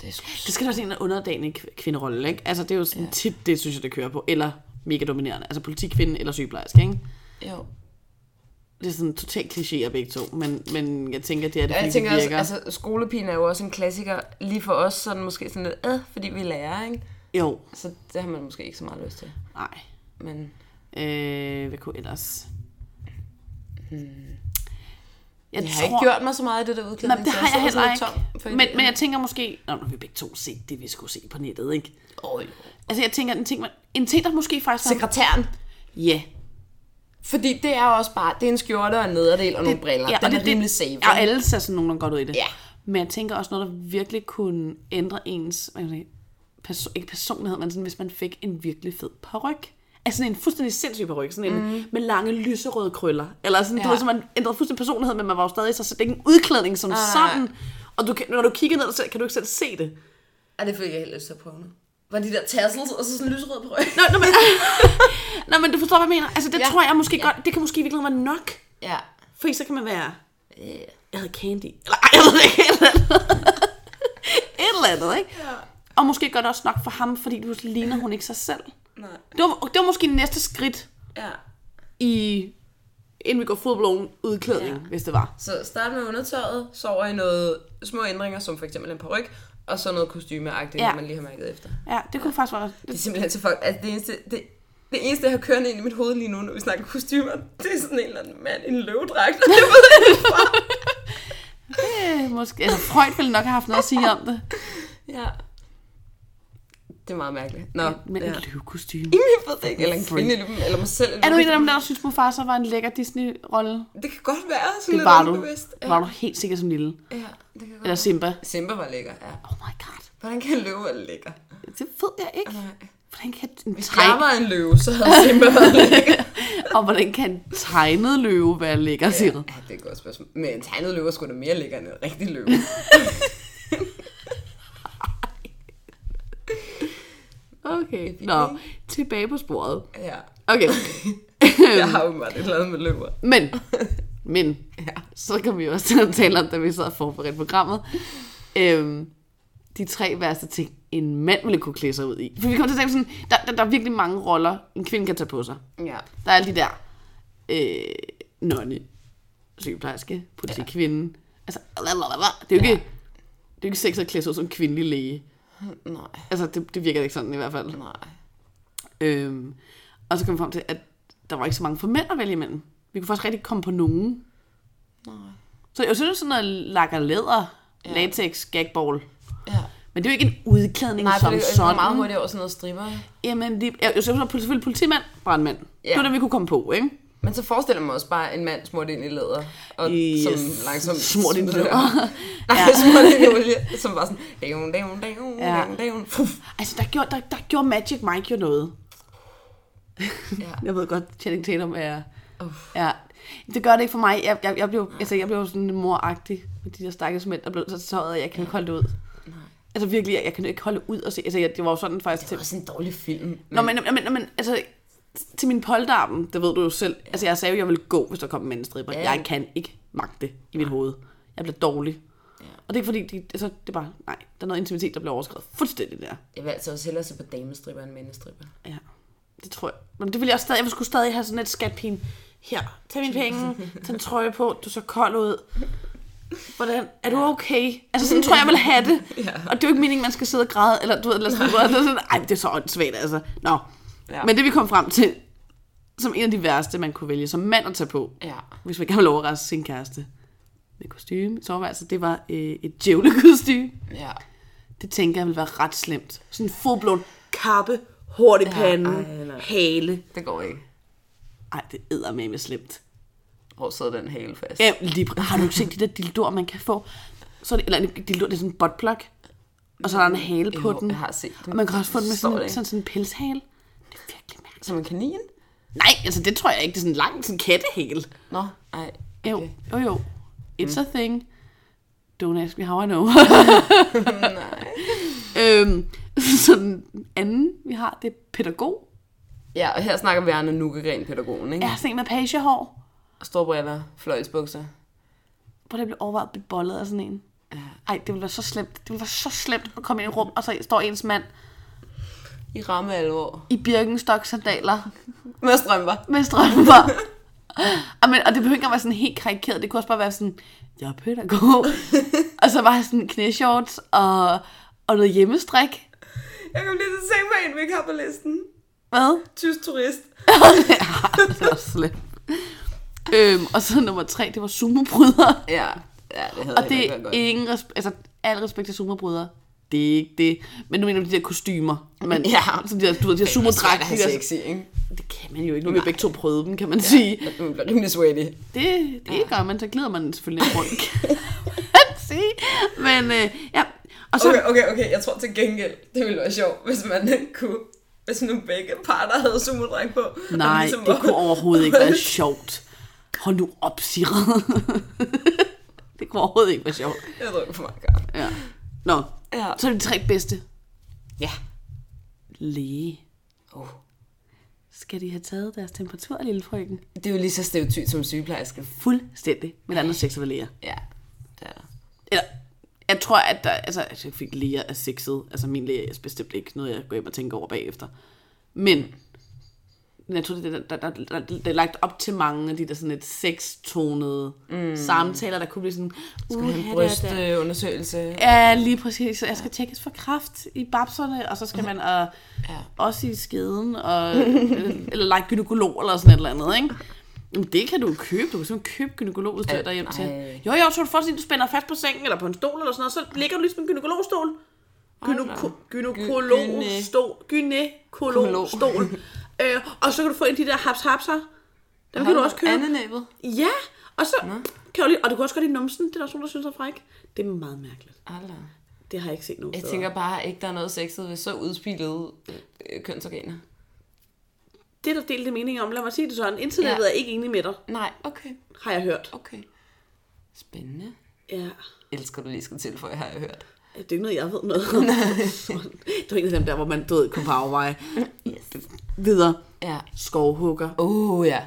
[SPEAKER 2] Det er sgu...
[SPEAKER 1] Det skal da også en eller anden underdanig kv- kvinderolle, ikke? Altså, det er jo sådan ja. tit, det synes jeg, det kører på. Eller mega dominerende. Altså politikvinde eller sygeplejerske, ikke?
[SPEAKER 2] Jo.
[SPEAKER 1] Det er sådan totalt klichéer begge to, men, men jeg tænker, det er det,
[SPEAKER 2] Ja,
[SPEAKER 1] fordi
[SPEAKER 2] jeg tænker
[SPEAKER 1] det
[SPEAKER 2] også,
[SPEAKER 1] virker.
[SPEAKER 2] altså skolepigen er jo også en klassiker lige for os, sådan måske sådan lidt, ad, fordi vi lærer, ikke?
[SPEAKER 1] Jo,
[SPEAKER 2] Så det har man måske ikke så meget lyst til.
[SPEAKER 1] nej.
[SPEAKER 2] Men
[SPEAKER 1] Øh, hvad kunne ellers?
[SPEAKER 2] jeg, jeg Hmm. har ikke gjort mig så meget i det der udklædning.
[SPEAKER 1] Nej, det
[SPEAKER 2] så
[SPEAKER 1] har jeg
[SPEAKER 2] sidder
[SPEAKER 1] heller
[SPEAKER 2] sådan lidt tom
[SPEAKER 1] ikke.
[SPEAKER 2] for
[SPEAKER 1] Men,
[SPEAKER 2] idéer.
[SPEAKER 1] men jeg tænker måske... Nå, nu har vi begge to set det, vi skulle se på nettet, ikke?
[SPEAKER 2] Åh, jo.
[SPEAKER 1] Altså, jeg tænker, en ting, man, en ting der måske faktisk... var-
[SPEAKER 2] Sekretæren.
[SPEAKER 1] Ja.
[SPEAKER 2] Fordi det er også bare, det er en skjorte og en nederdel og nogle briller. Ja,
[SPEAKER 1] og
[SPEAKER 2] den er rimelig safe.
[SPEAKER 1] Ja, og alle ser sådan nogenlunde godt ud i det.
[SPEAKER 2] Ja.
[SPEAKER 1] Men jeg tænker også noget, der virkelig kunne ændre ens... Hvad kan man sige, perso- ikke personlighed, men sådan, hvis man fik en virkelig fed peruk. Altså sådan en fuldstændig sindssyg peruk, sådan en mm. med lange lyserøde krøller. Eller sådan, ja. du
[SPEAKER 2] Ja.
[SPEAKER 1] ved, så man ændrede fuldstændig personlighed, men man var jo stadig så, så det er ikke en udklædning som
[SPEAKER 2] nej.
[SPEAKER 1] sådan. Og du, kan- når du kigger ned, dig selv, kan du ikke selv se det.
[SPEAKER 2] Ej, det fik jeg helt lyst til at prøve nu. Var de der tassels og så sådan en lyserød på
[SPEAKER 1] Nå, nå, men, nå, men du forstår, hvad jeg mener. Altså, det ja.
[SPEAKER 2] Ja.
[SPEAKER 1] tror jeg måske ja. godt, det kan måske i virkeligheden være nok.
[SPEAKER 2] Ja.
[SPEAKER 1] For så kan man være,
[SPEAKER 2] Yeah.
[SPEAKER 1] jeg hedder Candy. Eller, ej, jeg ved det ikke, et eller andet. et eller andet, ikke? Ja. Og måske gør det også nok for ham, fordi du ligner hun ikke sig selv.
[SPEAKER 2] Nej.
[SPEAKER 1] Det var, det var måske næste skridt
[SPEAKER 2] Ja.
[SPEAKER 1] i, inden vi går fodbold udklædning, ja. hvis det var.
[SPEAKER 2] Så start med undertøjet, så over i noget små ændringer, som for eksempel en paryk, og så noget kostymeagtigt,
[SPEAKER 1] Ja.
[SPEAKER 2] ja. man lige har mærket efter.
[SPEAKER 1] Ja, det kunne faktisk være...
[SPEAKER 2] Det er simpelthen til folk, altså det eneste, det, det eneste, jeg har kørende ind i mit hoved lige nu, når vi snakker kostymer, det er sådan en eller anden mand i en løvedragt. og det ved jeg ikke hvorfor.
[SPEAKER 1] Øh, måske, altså, Freud ville nok have haft noget at sige om det.
[SPEAKER 2] ja. Det er meget mærkeligt. Nå,
[SPEAKER 1] Men
[SPEAKER 2] ja.
[SPEAKER 1] en løvekostyme.
[SPEAKER 2] Jeg ved det ikke. Eller en kvinde, i løben, eller mig selv. i
[SPEAKER 1] Er du en
[SPEAKER 2] løben.
[SPEAKER 1] af dem, der synes, Mufasa var en lækker Disney-rolle?
[SPEAKER 2] Det kan godt være. Sådan
[SPEAKER 1] Det
[SPEAKER 2] lidt
[SPEAKER 1] var du.
[SPEAKER 2] underbevidst. Ja.
[SPEAKER 1] Var du helt sikker som lille?
[SPEAKER 2] ja, det kan godt
[SPEAKER 1] Eller Simba?
[SPEAKER 2] Simba var lækker, ja.
[SPEAKER 1] Oh my god.
[SPEAKER 2] Hvordan kan en løve være lækker?
[SPEAKER 1] Det ved jeg ikke.
[SPEAKER 2] Nej.
[SPEAKER 1] Hvordan kan en
[SPEAKER 2] Hvis jeg
[SPEAKER 1] tegne...
[SPEAKER 2] var en løve, så havde Simba været lækker.
[SPEAKER 1] Og hvordan kan en tegnet løve være lækker, siger du?
[SPEAKER 2] Ja, det er et godt spørgsmål. Men en tegnet løve er sgu da mere lækker end en rigtig løve.
[SPEAKER 1] Okay, nå. Tilbage på sporet.
[SPEAKER 2] Ja.
[SPEAKER 1] Okay.
[SPEAKER 2] Jeg har jo bare det lavet med løber.
[SPEAKER 1] Men, men, ja. så kan vi jo også til at tale om, da vi sad og forberedte programmet. Øhm, de tre værste ting, en mand ville kunne klæde sig ud i. For vi kommer til at tale om sådan, der, der, der er virkelig mange roller, en kvinde kan tage på sig.
[SPEAKER 2] Ja.
[SPEAKER 1] Der er alle de der øh, nonne, sygeplejerske, politikvinde. Altså, lalalala. det er jo ikke, det er jo ikke sex at klæde sig ud som kvindelig læge.
[SPEAKER 2] Nej,
[SPEAKER 1] Altså, det, det virker ikke sådan i hvert fald.
[SPEAKER 2] nej.
[SPEAKER 1] Øhm, og så kom vi frem til, at der var ikke så mange for mænd at vælge imellem. Vi kunne faktisk rigtig komme på nogen.
[SPEAKER 2] Nej.
[SPEAKER 1] Så jeg synes, det er sådan noget lakker læder,
[SPEAKER 2] Ja.
[SPEAKER 1] latex, gagball.
[SPEAKER 2] Ja,
[SPEAKER 1] Men det er jo ikke en udklædning
[SPEAKER 2] nej, for
[SPEAKER 1] som
[SPEAKER 2] det er
[SPEAKER 1] sådan.
[SPEAKER 2] jo meget hurtigt over sådan noget stripper.
[SPEAKER 1] Jamen, det, jeg, jeg synes, at selvfølgelig politimand, brandmand. Ja.
[SPEAKER 2] Ja.
[SPEAKER 1] Det var det, vi kunne komme på, ikke?
[SPEAKER 2] Men så forestiller man også bare en mand smurt ind i læder, og
[SPEAKER 1] Yes.
[SPEAKER 2] som langsomt...
[SPEAKER 1] Smurt ind i
[SPEAKER 2] smider-
[SPEAKER 1] læder.
[SPEAKER 2] Nej,
[SPEAKER 1] Ja.
[SPEAKER 2] smurt ind i olie, som bare sådan... Down, down, down,
[SPEAKER 1] Ja.
[SPEAKER 2] down, down. Puff.
[SPEAKER 1] Altså, der gjorde, der, der gjorde Magic Mike jo noget.
[SPEAKER 2] Ja.
[SPEAKER 1] Jeg ved godt, Channing Tatum er...
[SPEAKER 2] Uff.
[SPEAKER 1] Ja. Det gør det ikke for mig. Jeg, jeg, jeg blev, altså, jeg blev sådan moragtig med de der stakkels mænd, der blev så tøjet, at jeg kan ikke holde det ud. Altså virkelig, jeg, jeg kan ikke holde ud og se. Altså, jeg, det var jo sådan faktisk
[SPEAKER 2] Det
[SPEAKER 1] til...
[SPEAKER 2] var også en dårlig film.
[SPEAKER 1] Nå, men, men, men, men altså, til min polterappen, det ved du jo selv. Altså, jeg sagde jo, jeg ville gå, hvis der kom en mandestriber.
[SPEAKER 2] Ja.
[SPEAKER 1] Ja. Jeg kan ikke magte det i mit hoved. Jeg bliver dårlig.
[SPEAKER 2] Ja.
[SPEAKER 1] Ja. Og det er ikke fordi, det, altså, det er bare, nej, der er noget intimitet, der bliver overskrevet fuldstændig der.
[SPEAKER 2] Jeg vil altså også hellere se på damestripper end mændestripper.
[SPEAKER 1] Ja, det tror jeg. Men det ville jeg også stadig, jeg skulle stadig have sådan et skatpin. Her, tag mine penge, tag en trøje på, du ser kold ud. Hvordan, er du okay? Altså sådan tror jeg, jeg vil have det.
[SPEAKER 2] Ja.
[SPEAKER 1] Og det er jo ikke meningen, man skal sidde og græde, eller du ved, eller sådan, noget. sådan, ej, det er så åndssvagt, altså. Nå,
[SPEAKER 2] Ja.
[SPEAKER 1] ja. men det vi kom frem til, som en af de værste, man kunne vælge som mand at tage på,
[SPEAKER 2] Ja.
[SPEAKER 1] hvis man gerne vil overraske sin kæreste med kostume, så var altså, det var øh, et djævlekostyme.
[SPEAKER 2] Ja.
[SPEAKER 1] Det tænker jeg vil være ret slemt. Sådan en fuldblåen kappe, hårdt i panden,
[SPEAKER 2] ej, nej.
[SPEAKER 1] hale.
[SPEAKER 2] Det går ikke.
[SPEAKER 1] Ej, det æder med med slemt.
[SPEAKER 2] Hvor sidder den hale fast?
[SPEAKER 1] Ja, lige, præ- har du ikke set de der dildoer, man kan få? Så er det, eller en dildo, det er sådan en buttplug. Og så er der en hale på
[SPEAKER 2] Jo,
[SPEAKER 1] den.
[SPEAKER 2] jeg har set dem.
[SPEAKER 1] Og man kan også få den med
[SPEAKER 2] Forstår
[SPEAKER 1] sådan,
[SPEAKER 2] det
[SPEAKER 1] en-
[SPEAKER 2] ikke.
[SPEAKER 1] sådan, sådan en pelshale. Det er virkelig mærkeligt.
[SPEAKER 2] Som en kanin?
[SPEAKER 1] Nej, altså det tror jeg ikke. Det er sådan en lang sådan kattehale.
[SPEAKER 2] Nå, nej.
[SPEAKER 1] Jo,
[SPEAKER 2] Okay.
[SPEAKER 1] jo,
[SPEAKER 2] Mm.
[SPEAKER 1] jo. It's a thing. Don't ask me how I know.
[SPEAKER 2] nej.
[SPEAKER 1] øhm, så den anden, vi har, det er pædagog.
[SPEAKER 2] Ja, og her snakker vi Arne Nukkegren, pædagogen, ikke?
[SPEAKER 1] Jeg har sådan en med pagehår.
[SPEAKER 2] Storbriller, fløjtsbukser.
[SPEAKER 1] Prøv lige at blive overvejet at blive bollet af sådan en.
[SPEAKER 2] Ja.
[SPEAKER 1] Ej, det ville være så slemt. Det ville være så slemt at komme ind i et rum, og så står ens mand
[SPEAKER 2] I ramme alvor.
[SPEAKER 1] i Birkenstock sandaler
[SPEAKER 2] Med strømper.
[SPEAKER 1] med strømper. og, men, og det behøver ikke engang være sådan helt karikeret. Det kunne også bare være sådan, jeg er pædagog. og så bare sådan knæshorts og, og noget hjemmestrik.
[SPEAKER 2] Jeg kom lige til at tænke mig ind ved kapperlisten.
[SPEAKER 1] Hvad?
[SPEAKER 2] Tysk turist.
[SPEAKER 1] Ej, det var slemt. øhm, og så nummer tre, det var sumobrydere.
[SPEAKER 2] Ja, ja det havde
[SPEAKER 1] Og
[SPEAKER 2] jeg
[SPEAKER 1] det
[SPEAKER 2] ikke
[SPEAKER 1] er
[SPEAKER 2] været godt.
[SPEAKER 1] ingen respekt, altså al respekt til sumobrydere. Det er ikke det. Men nu mener du de der kostymer. Man,
[SPEAKER 2] Ja. altså,
[SPEAKER 1] Så de der, du ved, de der
[SPEAKER 2] svært
[SPEAKER 1] sumodragt.
[SPEAKER 2] at have sexy, ikke?
[SPEAKER 1] Det kan man jo ikke. Nu har vi begge to prøvet dem, kan man sige.
[SPEAKER 2] At Man bliver rimelig sweaty.
[SPEAKER 1] Det, det gør man, så glider man selvfølgelig lidt rundt. kan man sige. Men øh, ja, og så...
[SPEAKER 2] Okay, okay, okay. Jeg tror til gengæld, det ville være sjovt, hvis man kunne... Hvis nu begge parter havde sumodræk på. og
[SPEAKER 1] Nej,
[SPEAKER 2] ligesom
[SPEAKER 1] det
[SPEAKER 2] var-
[SPEAKER 1] kunne overhovedet ikke være sjovt. Hold nu op, Sigrid. det kunne overhovedet ikke være sjovt.
[SPEAKER 2] Jeg drømmer for meget godt.
[SPEAKER 1] Ja. Nå,
[SPEAKER 2] Ja.
[SPEAKER 1] så er det de tre bedste.
[SPEAKER 2] Ja.
[SPEAKER 1] Læge.
[SPEAKER 2] Oh.
[SPEAKER 1] Skal de have taget deres temperatur, lille frøken?
[SPEAKER 2] Det er jo lige så stereotypt som sygeplejersken.
[SPEAKER 1] Fuldstændig. Med andre sexede læger.
[SPEAKER 2] Ja, det er der.
[SPEAKER 1] Eller, jeg tror, at der, altså, altså, jeg fik læger er sexet. Altså, min læge er bestemt ikke noget, jeg går hjem og tænker over bagefter. Men, men jeg tror, det, er- der, der, der, der, der, er lagt op til mange af de der sådan lidt sextonede mm. samtaler, der kunne blive sådan,
[SPEAKER 2] Skal
[SPEAKER 1] uh,
[SPEAKER 2] have en
[SPEAKER 1] bryst,
[SPEAKER 2] brystundersøgelse.
[SPEAKER 1] Ja, lige præcis. Så Jeg skal tjekkes for kraft i babserne, og så skal man og,
[SPEAKER 2] Ja.
[SPEAKER 1] også i skeden, og, eller, eller lege gynekolog eller sådan et eller andet, ikke? Jamen, det kan du jo købe. Du kan simpelthen købe gynekologudstyr
[SPEAKER 2] Ej,
[SPEAKER 1] derhjem til.
[SPEAKER 2] ej.
[SPEAKER 1] Jo, jo, så du får sådan, du spænder fast på sengen eller på en stol eller sådan noget, så ligger du ligesom en gynekologstol. Gyneko- Gynekologstol. Gynekologstol. øh, og så kan du få en af de der haps-hapser. Dem kan du også købe.
[SPEAKER 2] Andenæbet.
[SPEAKER 1] Ja, og så kan du lige, og du kan også godt lide numsen. Det er der også nogen, der synes er fræk. Det er meget mærkeligt.
[SPEAKER 2] Allah.
[SPEAKER 1] Det har jeg ikke set nogen
[SPEAKER 2] Jeg tænker bare ikke, der er noget sexet ved så udspillede øh, kønsorganer.
[SPEAKER 1] Det er der delte meninger om. Lad mig sige det sådan. Internettet
[SPEAKER 2] Ja.
[SPEAKER 1] ja. er ikke enig med dig,
[SPEAKER 2] Nej, okay,
[SPEAKER 1] har jeg hørt.
[SPEAKER 2] okay. Spændende.
[SPEAKER 1] Ja.
[SPEAKER 2] Elsker du lige skal tilføje, har jeg hørt.
[SPEAKER 1] det er ikke noget, jeg ved noget om. det var en af dem der, hvor man, du ved, kom på afveje.
[SPEAKER 2] Yes.
[SPEAKER 1] Videre.
[SPEAKER 2] Ja.
[SPEAKER 1] Skovhugger.
[SPEAKER 2] Oh, ja.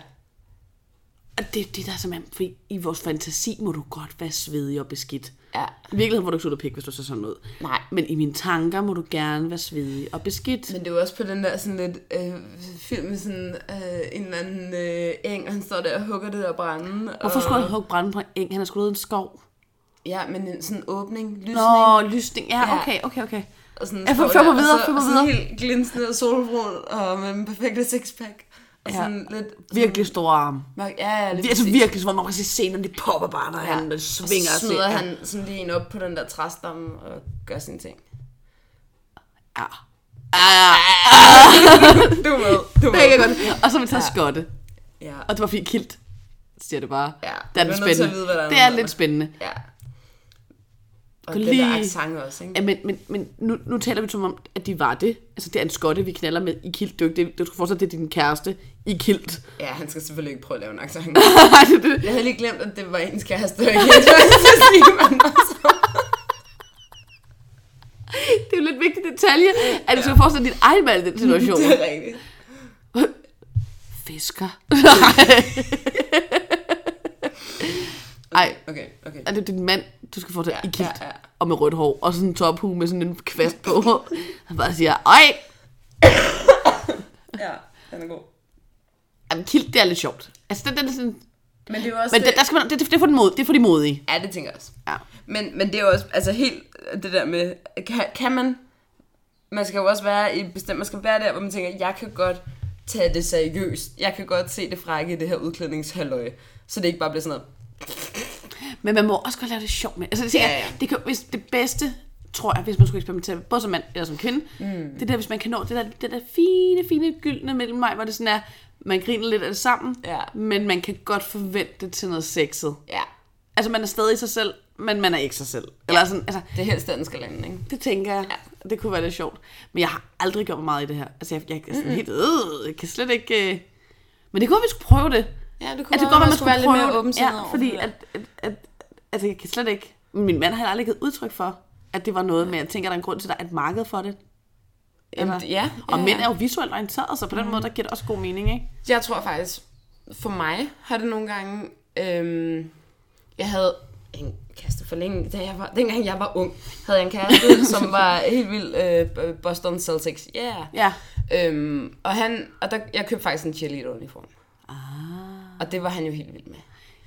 [SPEAKER 1] Og det er det, der er simpelthen, for i, i vores fantasi må du godt være svedig og beskidt.
[SPEAKER 2] Ja.
[SPEAKER 1] I virkeligheden må du ikke slutte pik, hvis du ser sådan ud.
[SPEAKER 2] Nej.
[SPEAKER 1] Men i mine tanker må du gerne være svedig og beskidt.
[SPEAKER 2] Men det var også på den der sådan lidt øh, film med sådan øh, en eller anden øh, eng, og han står der og hugger det der brænde.
[SPEAKER 1] Hvorfor
[SPEAKER 2] og,
[SPEAKER 1] skulle han hugge brænde på en eng? Han har skulle en skov.
[SPEAKER 2] Ja, men en sådan åbning, lysning.
[SPEAKER 1] Nå, lysning. Ja,
[SPEAKER 2] Ja.
[SPEAKER 1] okay, okay, okay.
[SPEAKER 2] Og sådan,
[SPEAKER 1] Ja,
[SPEAKER 2] står
[SPEAKER 1] før mig
[SPEAKER 2] der,
[SPEAKER 1] videre,
[SPEAKER 2] og så,
[SPEAKER 1] før mig
[SPEAKER 2] og sådan
[SPEAKER 1] videre.
[SPEAKER 2] helt glinsende og solbrun, og med den perfekte sixpack. Og
[SPEAKER 1] Ja.
[SPEAKER 2] sådan lidt...
[SPEAKER 1] Virkelig store arme.
[SPEAKER 2] Mørk- Ja, ja,
[SPEAKER 1] Det er
[SPEAKER 2] lige
[SPEAKER 1] altså
[SPEAKER 2] præcis.
[SPEAKER 1] virkelig, som om man kan se scenen, de popper bare, når ja. han
[SPEAKER 2] og så
[SPEAKER 1] svinger og
[SPEAKER 2] smider han sådan lige en op på den der træstamme og gør sine ting.
[SPEAKER 1] Ja. Ah,
[SPEAKER 2] Du er med, du
[SPEAKER 1] det kan
[SPEAKER 2] er med.
[SPEAKER 1] jeg godt. Og så vil tage ja.
[SPEAKER 2] Ja.
[SPEAKER 1] skotte.
[SPEAKER 2] Ja,
[SPEAKER 1] Og det var fint kilt, siger det bare.
[SPEAKER 2] Ja,
[SPEAKER 1] det er
[SPEAKER 2] du
[SPEAKER 1] lidt
[SPEAKER 2] er nødt til at
[SPEAKER 1] spændende.
[SPEAKER 2] vide, hvad der er
[SPEAKER 1] det er
[SPEAKER 2] med.
[SPEAKER 1] lidt spændende.
[SPEAKER 2] ja. Og
[SPEAKER 1] Kunne
[SPEAKER 2] den der
[SPEAKER 1] lige-
[SPEAKER 2] accent også, ikke?
[SPEAKER 1] Ja, men, men, men nu, nu taler vi som om, at de var det. Altså, det er en skotte, vi knaller med i kilt. Det er jo ikke det, du skal fortsætte, det er din kæreste i kilt.
[SPEAKER 2] Ja, han skal selvfølgelig ikke prøve at lave en accent.
[SPEAKER 1] Nej, det, er det.
[SPEAKER 2] Jeg havde lige glemt, at det var ens kæreste, og ikke hans kæreste, siger man også.
[SPEAKER 1] det er jo lidt vigtig detalje, at du skal fortsætte din egen mand i den situation.
[SPEAKER 2] Det er rigtigt.
[SPEAKER 1] Fisker. Nej. Ej,
[SPEAKER 2] Okay, okay.
[SPEAKER 1] er det din mand, du skal fortsætte ja, i kilt?
[SPEAKER 2] ja, ja.
[SPEAKER 1] Og med rødt hår, og sådan en tophue med sådan en kvast på. Han bare siger, ej,
[SPEAKER 2] Ja, den er god.
[SPEAKER 1] Jamen, kilt, det er lidt sjovt. Altså, det, det er sådan...
[SPEAKER 2] Men det er jo også
[SPEAKER 1] Men det, der skal man, det, det, det, er for den mod, det er for de modige.
[SPEAKER 2] Ja, det tænker jeg også.
[SPEAKER 1] Ja.
[SPEAKER 2] Men, men det er jo også, altså helt det der med, kan, kan man, man skal jo også være i bestemt, man skal være der, hvor man tænker, jeg kan godt tage det seriøst, jeg kan godt se det frække i det her udklædningshalløj, så det ikke bare bliver sådan noget.
[SPEAKER 1] Men man må også godt lave det sjovt med. Altså, det, ja,
[SPEAKER 2] Ja,
[SPEAKER 1] ja.
[SPEAKER 2] ja.
[SPEAKER 1] det, kan, hvis det bedste, tror jeg, hvis man skulle eksperimentere, både som mand eller som kvinde, mm. det er der, hvis man kan nå det der, det der fine, fine gyldne mellem mig, hvor det sådan er, man griner lidt af det sammen,
[SPEAKER 2] Ja.
[SPEAKER 1] men man kan godt forvente det til noget sexet.
[SPEAKER 2] Ja,
[SPEAKER 1] Altså, man er stadig sig selv, men man er ikke sig selv. Eller sådan, altså,
[SPEAKER 2] det er helst, der den skal lande, ikke?
[SPEAKER 1] det tænker jeg. Ja. Det kunne være lidt sjovt. Men jeg har aldrig gjort mig meget i det her. Altså, jeg, jeg er sådan helt, øh, jeg kan slet ikke... Øh... Men det kunne være, vi skulle prøve det.
[SPEAKER 2] Ja, det kunne,
[SPEAKER 1] Altså, det går, at man skulle
[SPEAKER 2] være lidt
[SPEAKER 1] prøve
[SPEAKER 2] mere
[SPEAKER 1] det.
[SPEAKER 2] åben
[SPEAKER 1] ja, fordi at, at, at, altså, jeg kan slet ikke... Min mand har aldrig givet udtryk for, at det var noget med, jeg tænker, der er en grund til, at der er et marked for det.
[SPEAKER 2] Jamen,
[SPEAKER 1] Eller-
[SPEAKER 2] ja,
[SPEAKER 1] Og
[SPEAKER 2] ja,
[SPEAKER 1] mænd
[SPEAKER 2] ja.
[SPEAKER 1] er jo visuelt orienteret, så på den måde, der giver det også god mening, ikke?
[SPEAKER 2] Jeg tror faktisk, for mig har det nogle gange... Øhm, jeg havde en kæreste for længe, da jeg var, dengang jeg var ung, havde jeg en kæreste, som var helt vild øh, Boston Celtics. Yeah.
[SPEAKER 1] Ja.
[SPEAKER 2] Øhm, og han, og der, jeg købte faktisk en cheerleader-uniform.
[SPEAKER 1] Ah.
[SPEAKER 2] Og det var han jo helt vild med.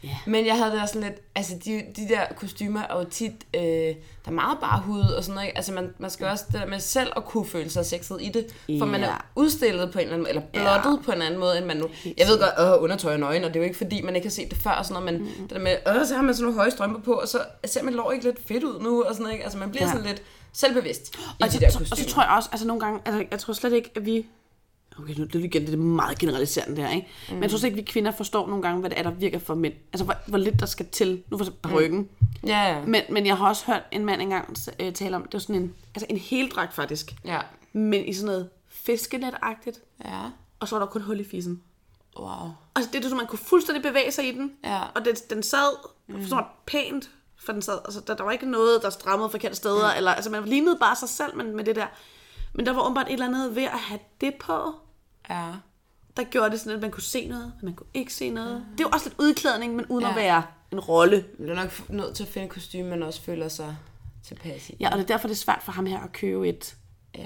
[SPEAKER 1] Ja.
[SPEAKER 2] Men jeg havde det også sådan lidt, altså de, de der kostymer er jo tit, øh, der er meget bare hud og sådan noget. ikke? Altså man, man skal også det der med selv at kunne føle sig sexet i det. For man
[SPEAKER 1] Ja.
[SPEAKER 2] er udstillet på en eller anden måde, eller
[SPEAKER 1] Ja.
[SPEAKER 2] blottet på en anden måde, end man nu... Jeg ved godt, åh, undertøj og nøgen, og det er jo ikke fordi, man ikke har set det før og sådan noget, men mm. det der med, åh, så har man sådan nogle høje strømper på, og så ser man lår ikke lidt fedt ud nu og sådan noget. ikke? Altså man bliver
[SPEAKER 1] Ja.
[SPEAKER 2] ja. sådan lidt selvbevidst i
[SPEAKER 1] Og,
[SPEAKER 2] de
[SPEAKER 1] så,
[SPEAKER 2] der
[SPEAKER 1] så,
[SPEAKER 2] kostymer.
[SPEAKER 1] og så tror jeg også, altså nogle gange, altså jeg tror slet ikke, at vi... Okay, nu det er det igen, det er meget generaliserende der, ikke? Mm. Men jeg tror slet ikke, vi kvinder forstår nogle gange, hvad det er, der virker for mænd. Altså, hvor, hvor lidt der skal til. Nu for eksempel ryggen. Mm.
[SPEAKER 2] Ja, ja.
[SPEAKER 1] Men, men jeg har også hørt en mand engang øh, tale om, det var sådan en, altså en heldragt faktisk.
[SPEAKER 2] Ja.
[SPEAKER 1] men i sådan noget fiskenetagtigt,
[SPEAKER 2] Ja.
[SPEAKER 1] og så var der kun hul i fissen.
[SPEAKER 2] Wow.
[SPEAKER 1] Altså det er som man kunne fuldstændig bevæge sig i den,
[SPEAKER 2] Ja.
[SPEAKER 1] og den, den sad mm. så pænt, for den sad, altså der, der var ikke noget, der strammede forkerte steder, mm. eller altså man lignede bare sig selv men, med det der. Men der var åbenbart et eller andet ved at have det på,
[SPEAKER 2] Ja.
[SPEAKER 1] der gjorde det sådan, at man kunne se noget, og man kunne ikke se noget. Det var også lidt udklædning, men uden ja. at
[SPEAKER 2] Ja.
[SPEAKER 1] være en rolle.
[SPEAKER 2] Du er nok f- nødt til at finde et kostume, man også føler sig tilpas i.
[SPEAKER 1] Ja, og det er derfor, det er svært for ham her at købe et
[SPEAKER 2] ja.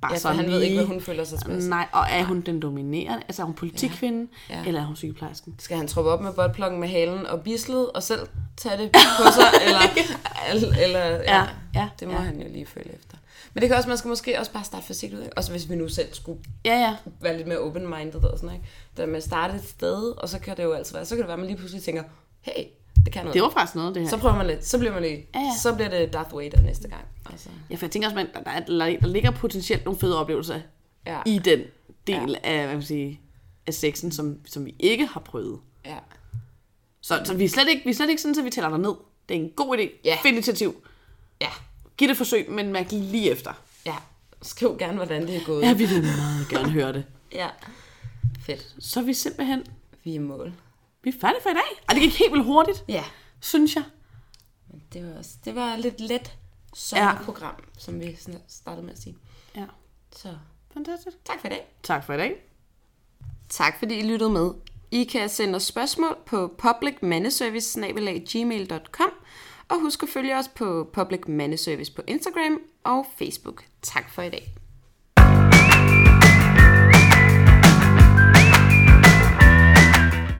[SPEAKER 1] bare
[SPEAKER 2] ja for
[SPEAKER 1] sådan
[SPEAKER 2] han ved ikke,
[SPEAKER 1] lige-
[SPEAKER 2] hvad hun føler sig tilpas i.
[SPEAKER 1] Nej, og er hun den dominerende? Altså er hun politikkvinden, ja. Ja.
[SPEAKER 2] Ja.
[SPEAKER 1] eller er hun sygeplejersken?
[SPEAKER 2] Skal han troppe op med botplukken med halen og bislet og selv tage det på sig? eller, eller, eller, ja.
[SPEAKER 1] ja,
[SPEAKER 2] Det må
[SPEAKER 1] ja.
[SPEAKER 2] ja. han jo lige føle efter. Men det kan også, man skal måske også bare starte forsigtigt ud. ikke? Også hvis vi nu selv skulle
[SPEAKER 1] Ja, ja.
[SPEAKER 2] være lidt mere open-minded og sådan noget. ikke? Det der med at starte et sted, og så kan det jo altid være. Så kan det være, at man lige pludselig tænker, hey, det kan noget.
[SPEAKER 1] Det var faktisk noget, det her.
[SPEAKER 2] Så prøver man lidt, så bliver man lige,
[SPEAKER 1] Ja, ja.
[SPEAKER 2] så bliver det Darth Vader næste gang. Altså,
[SPEAKER 1] Ja, for jeg tænker også, man, der, er- der, der ligger potentielt nogle fede oplevelser
[SPEAKER 2] ja,
[SPEAKER 1] i den del ja. af, hvad kan man sige, af sexen, som, som vi ikke har prøvet.
[SPEAKER 2] ja.
[SPEAKER 1] Så, så vi, er slet ikke, vi er slet ikke sådan, at vi tæller dig ned. Det er en god idé.
[SPEAKER 2] Ja.
[SPEAKER 1] Find initiativ.
[SPEAKER 2] Ja,
[SPEAKER 1] Giv det et forsøg, men mærk lige efter.
[SPEAKER 2] ja. Skriv gerne, hvordan det er gået.
[SPEAKER 1] Ja, vi vil meget gerne høre det.
[SPEAKER 2] Ja. Fedt.
[SPEAKER 1] Så er vi simpelthen,
[SPEAKER 2] Vi er i mål.
[SPEAKER 1] vi er færdige for i dag. Og det gik helt vildt hurtigt,
[SPEAKER 2] Ja.
[SPEAKER 1] synes jeg.
[SPEAKER 2] Det var, også, det var lidt let sommerprogram, ja. som vi sådan startede med at sige.
[SPEAKER 1] Ja.
[SPEAKER 2] Så
[SPEAKER 1] Fantastisk.
[SPEAKER 2] tak for i dag.
[SPEAKER 1] Tak for i dag.
[SPEAKER 2] Tak fordi I lyttede med. I kan sende os spørgsmål på publicmandeservice.gmail.com og husk at følge os på Public Mandeservice på Instagram og Facebook. Tak for i dag.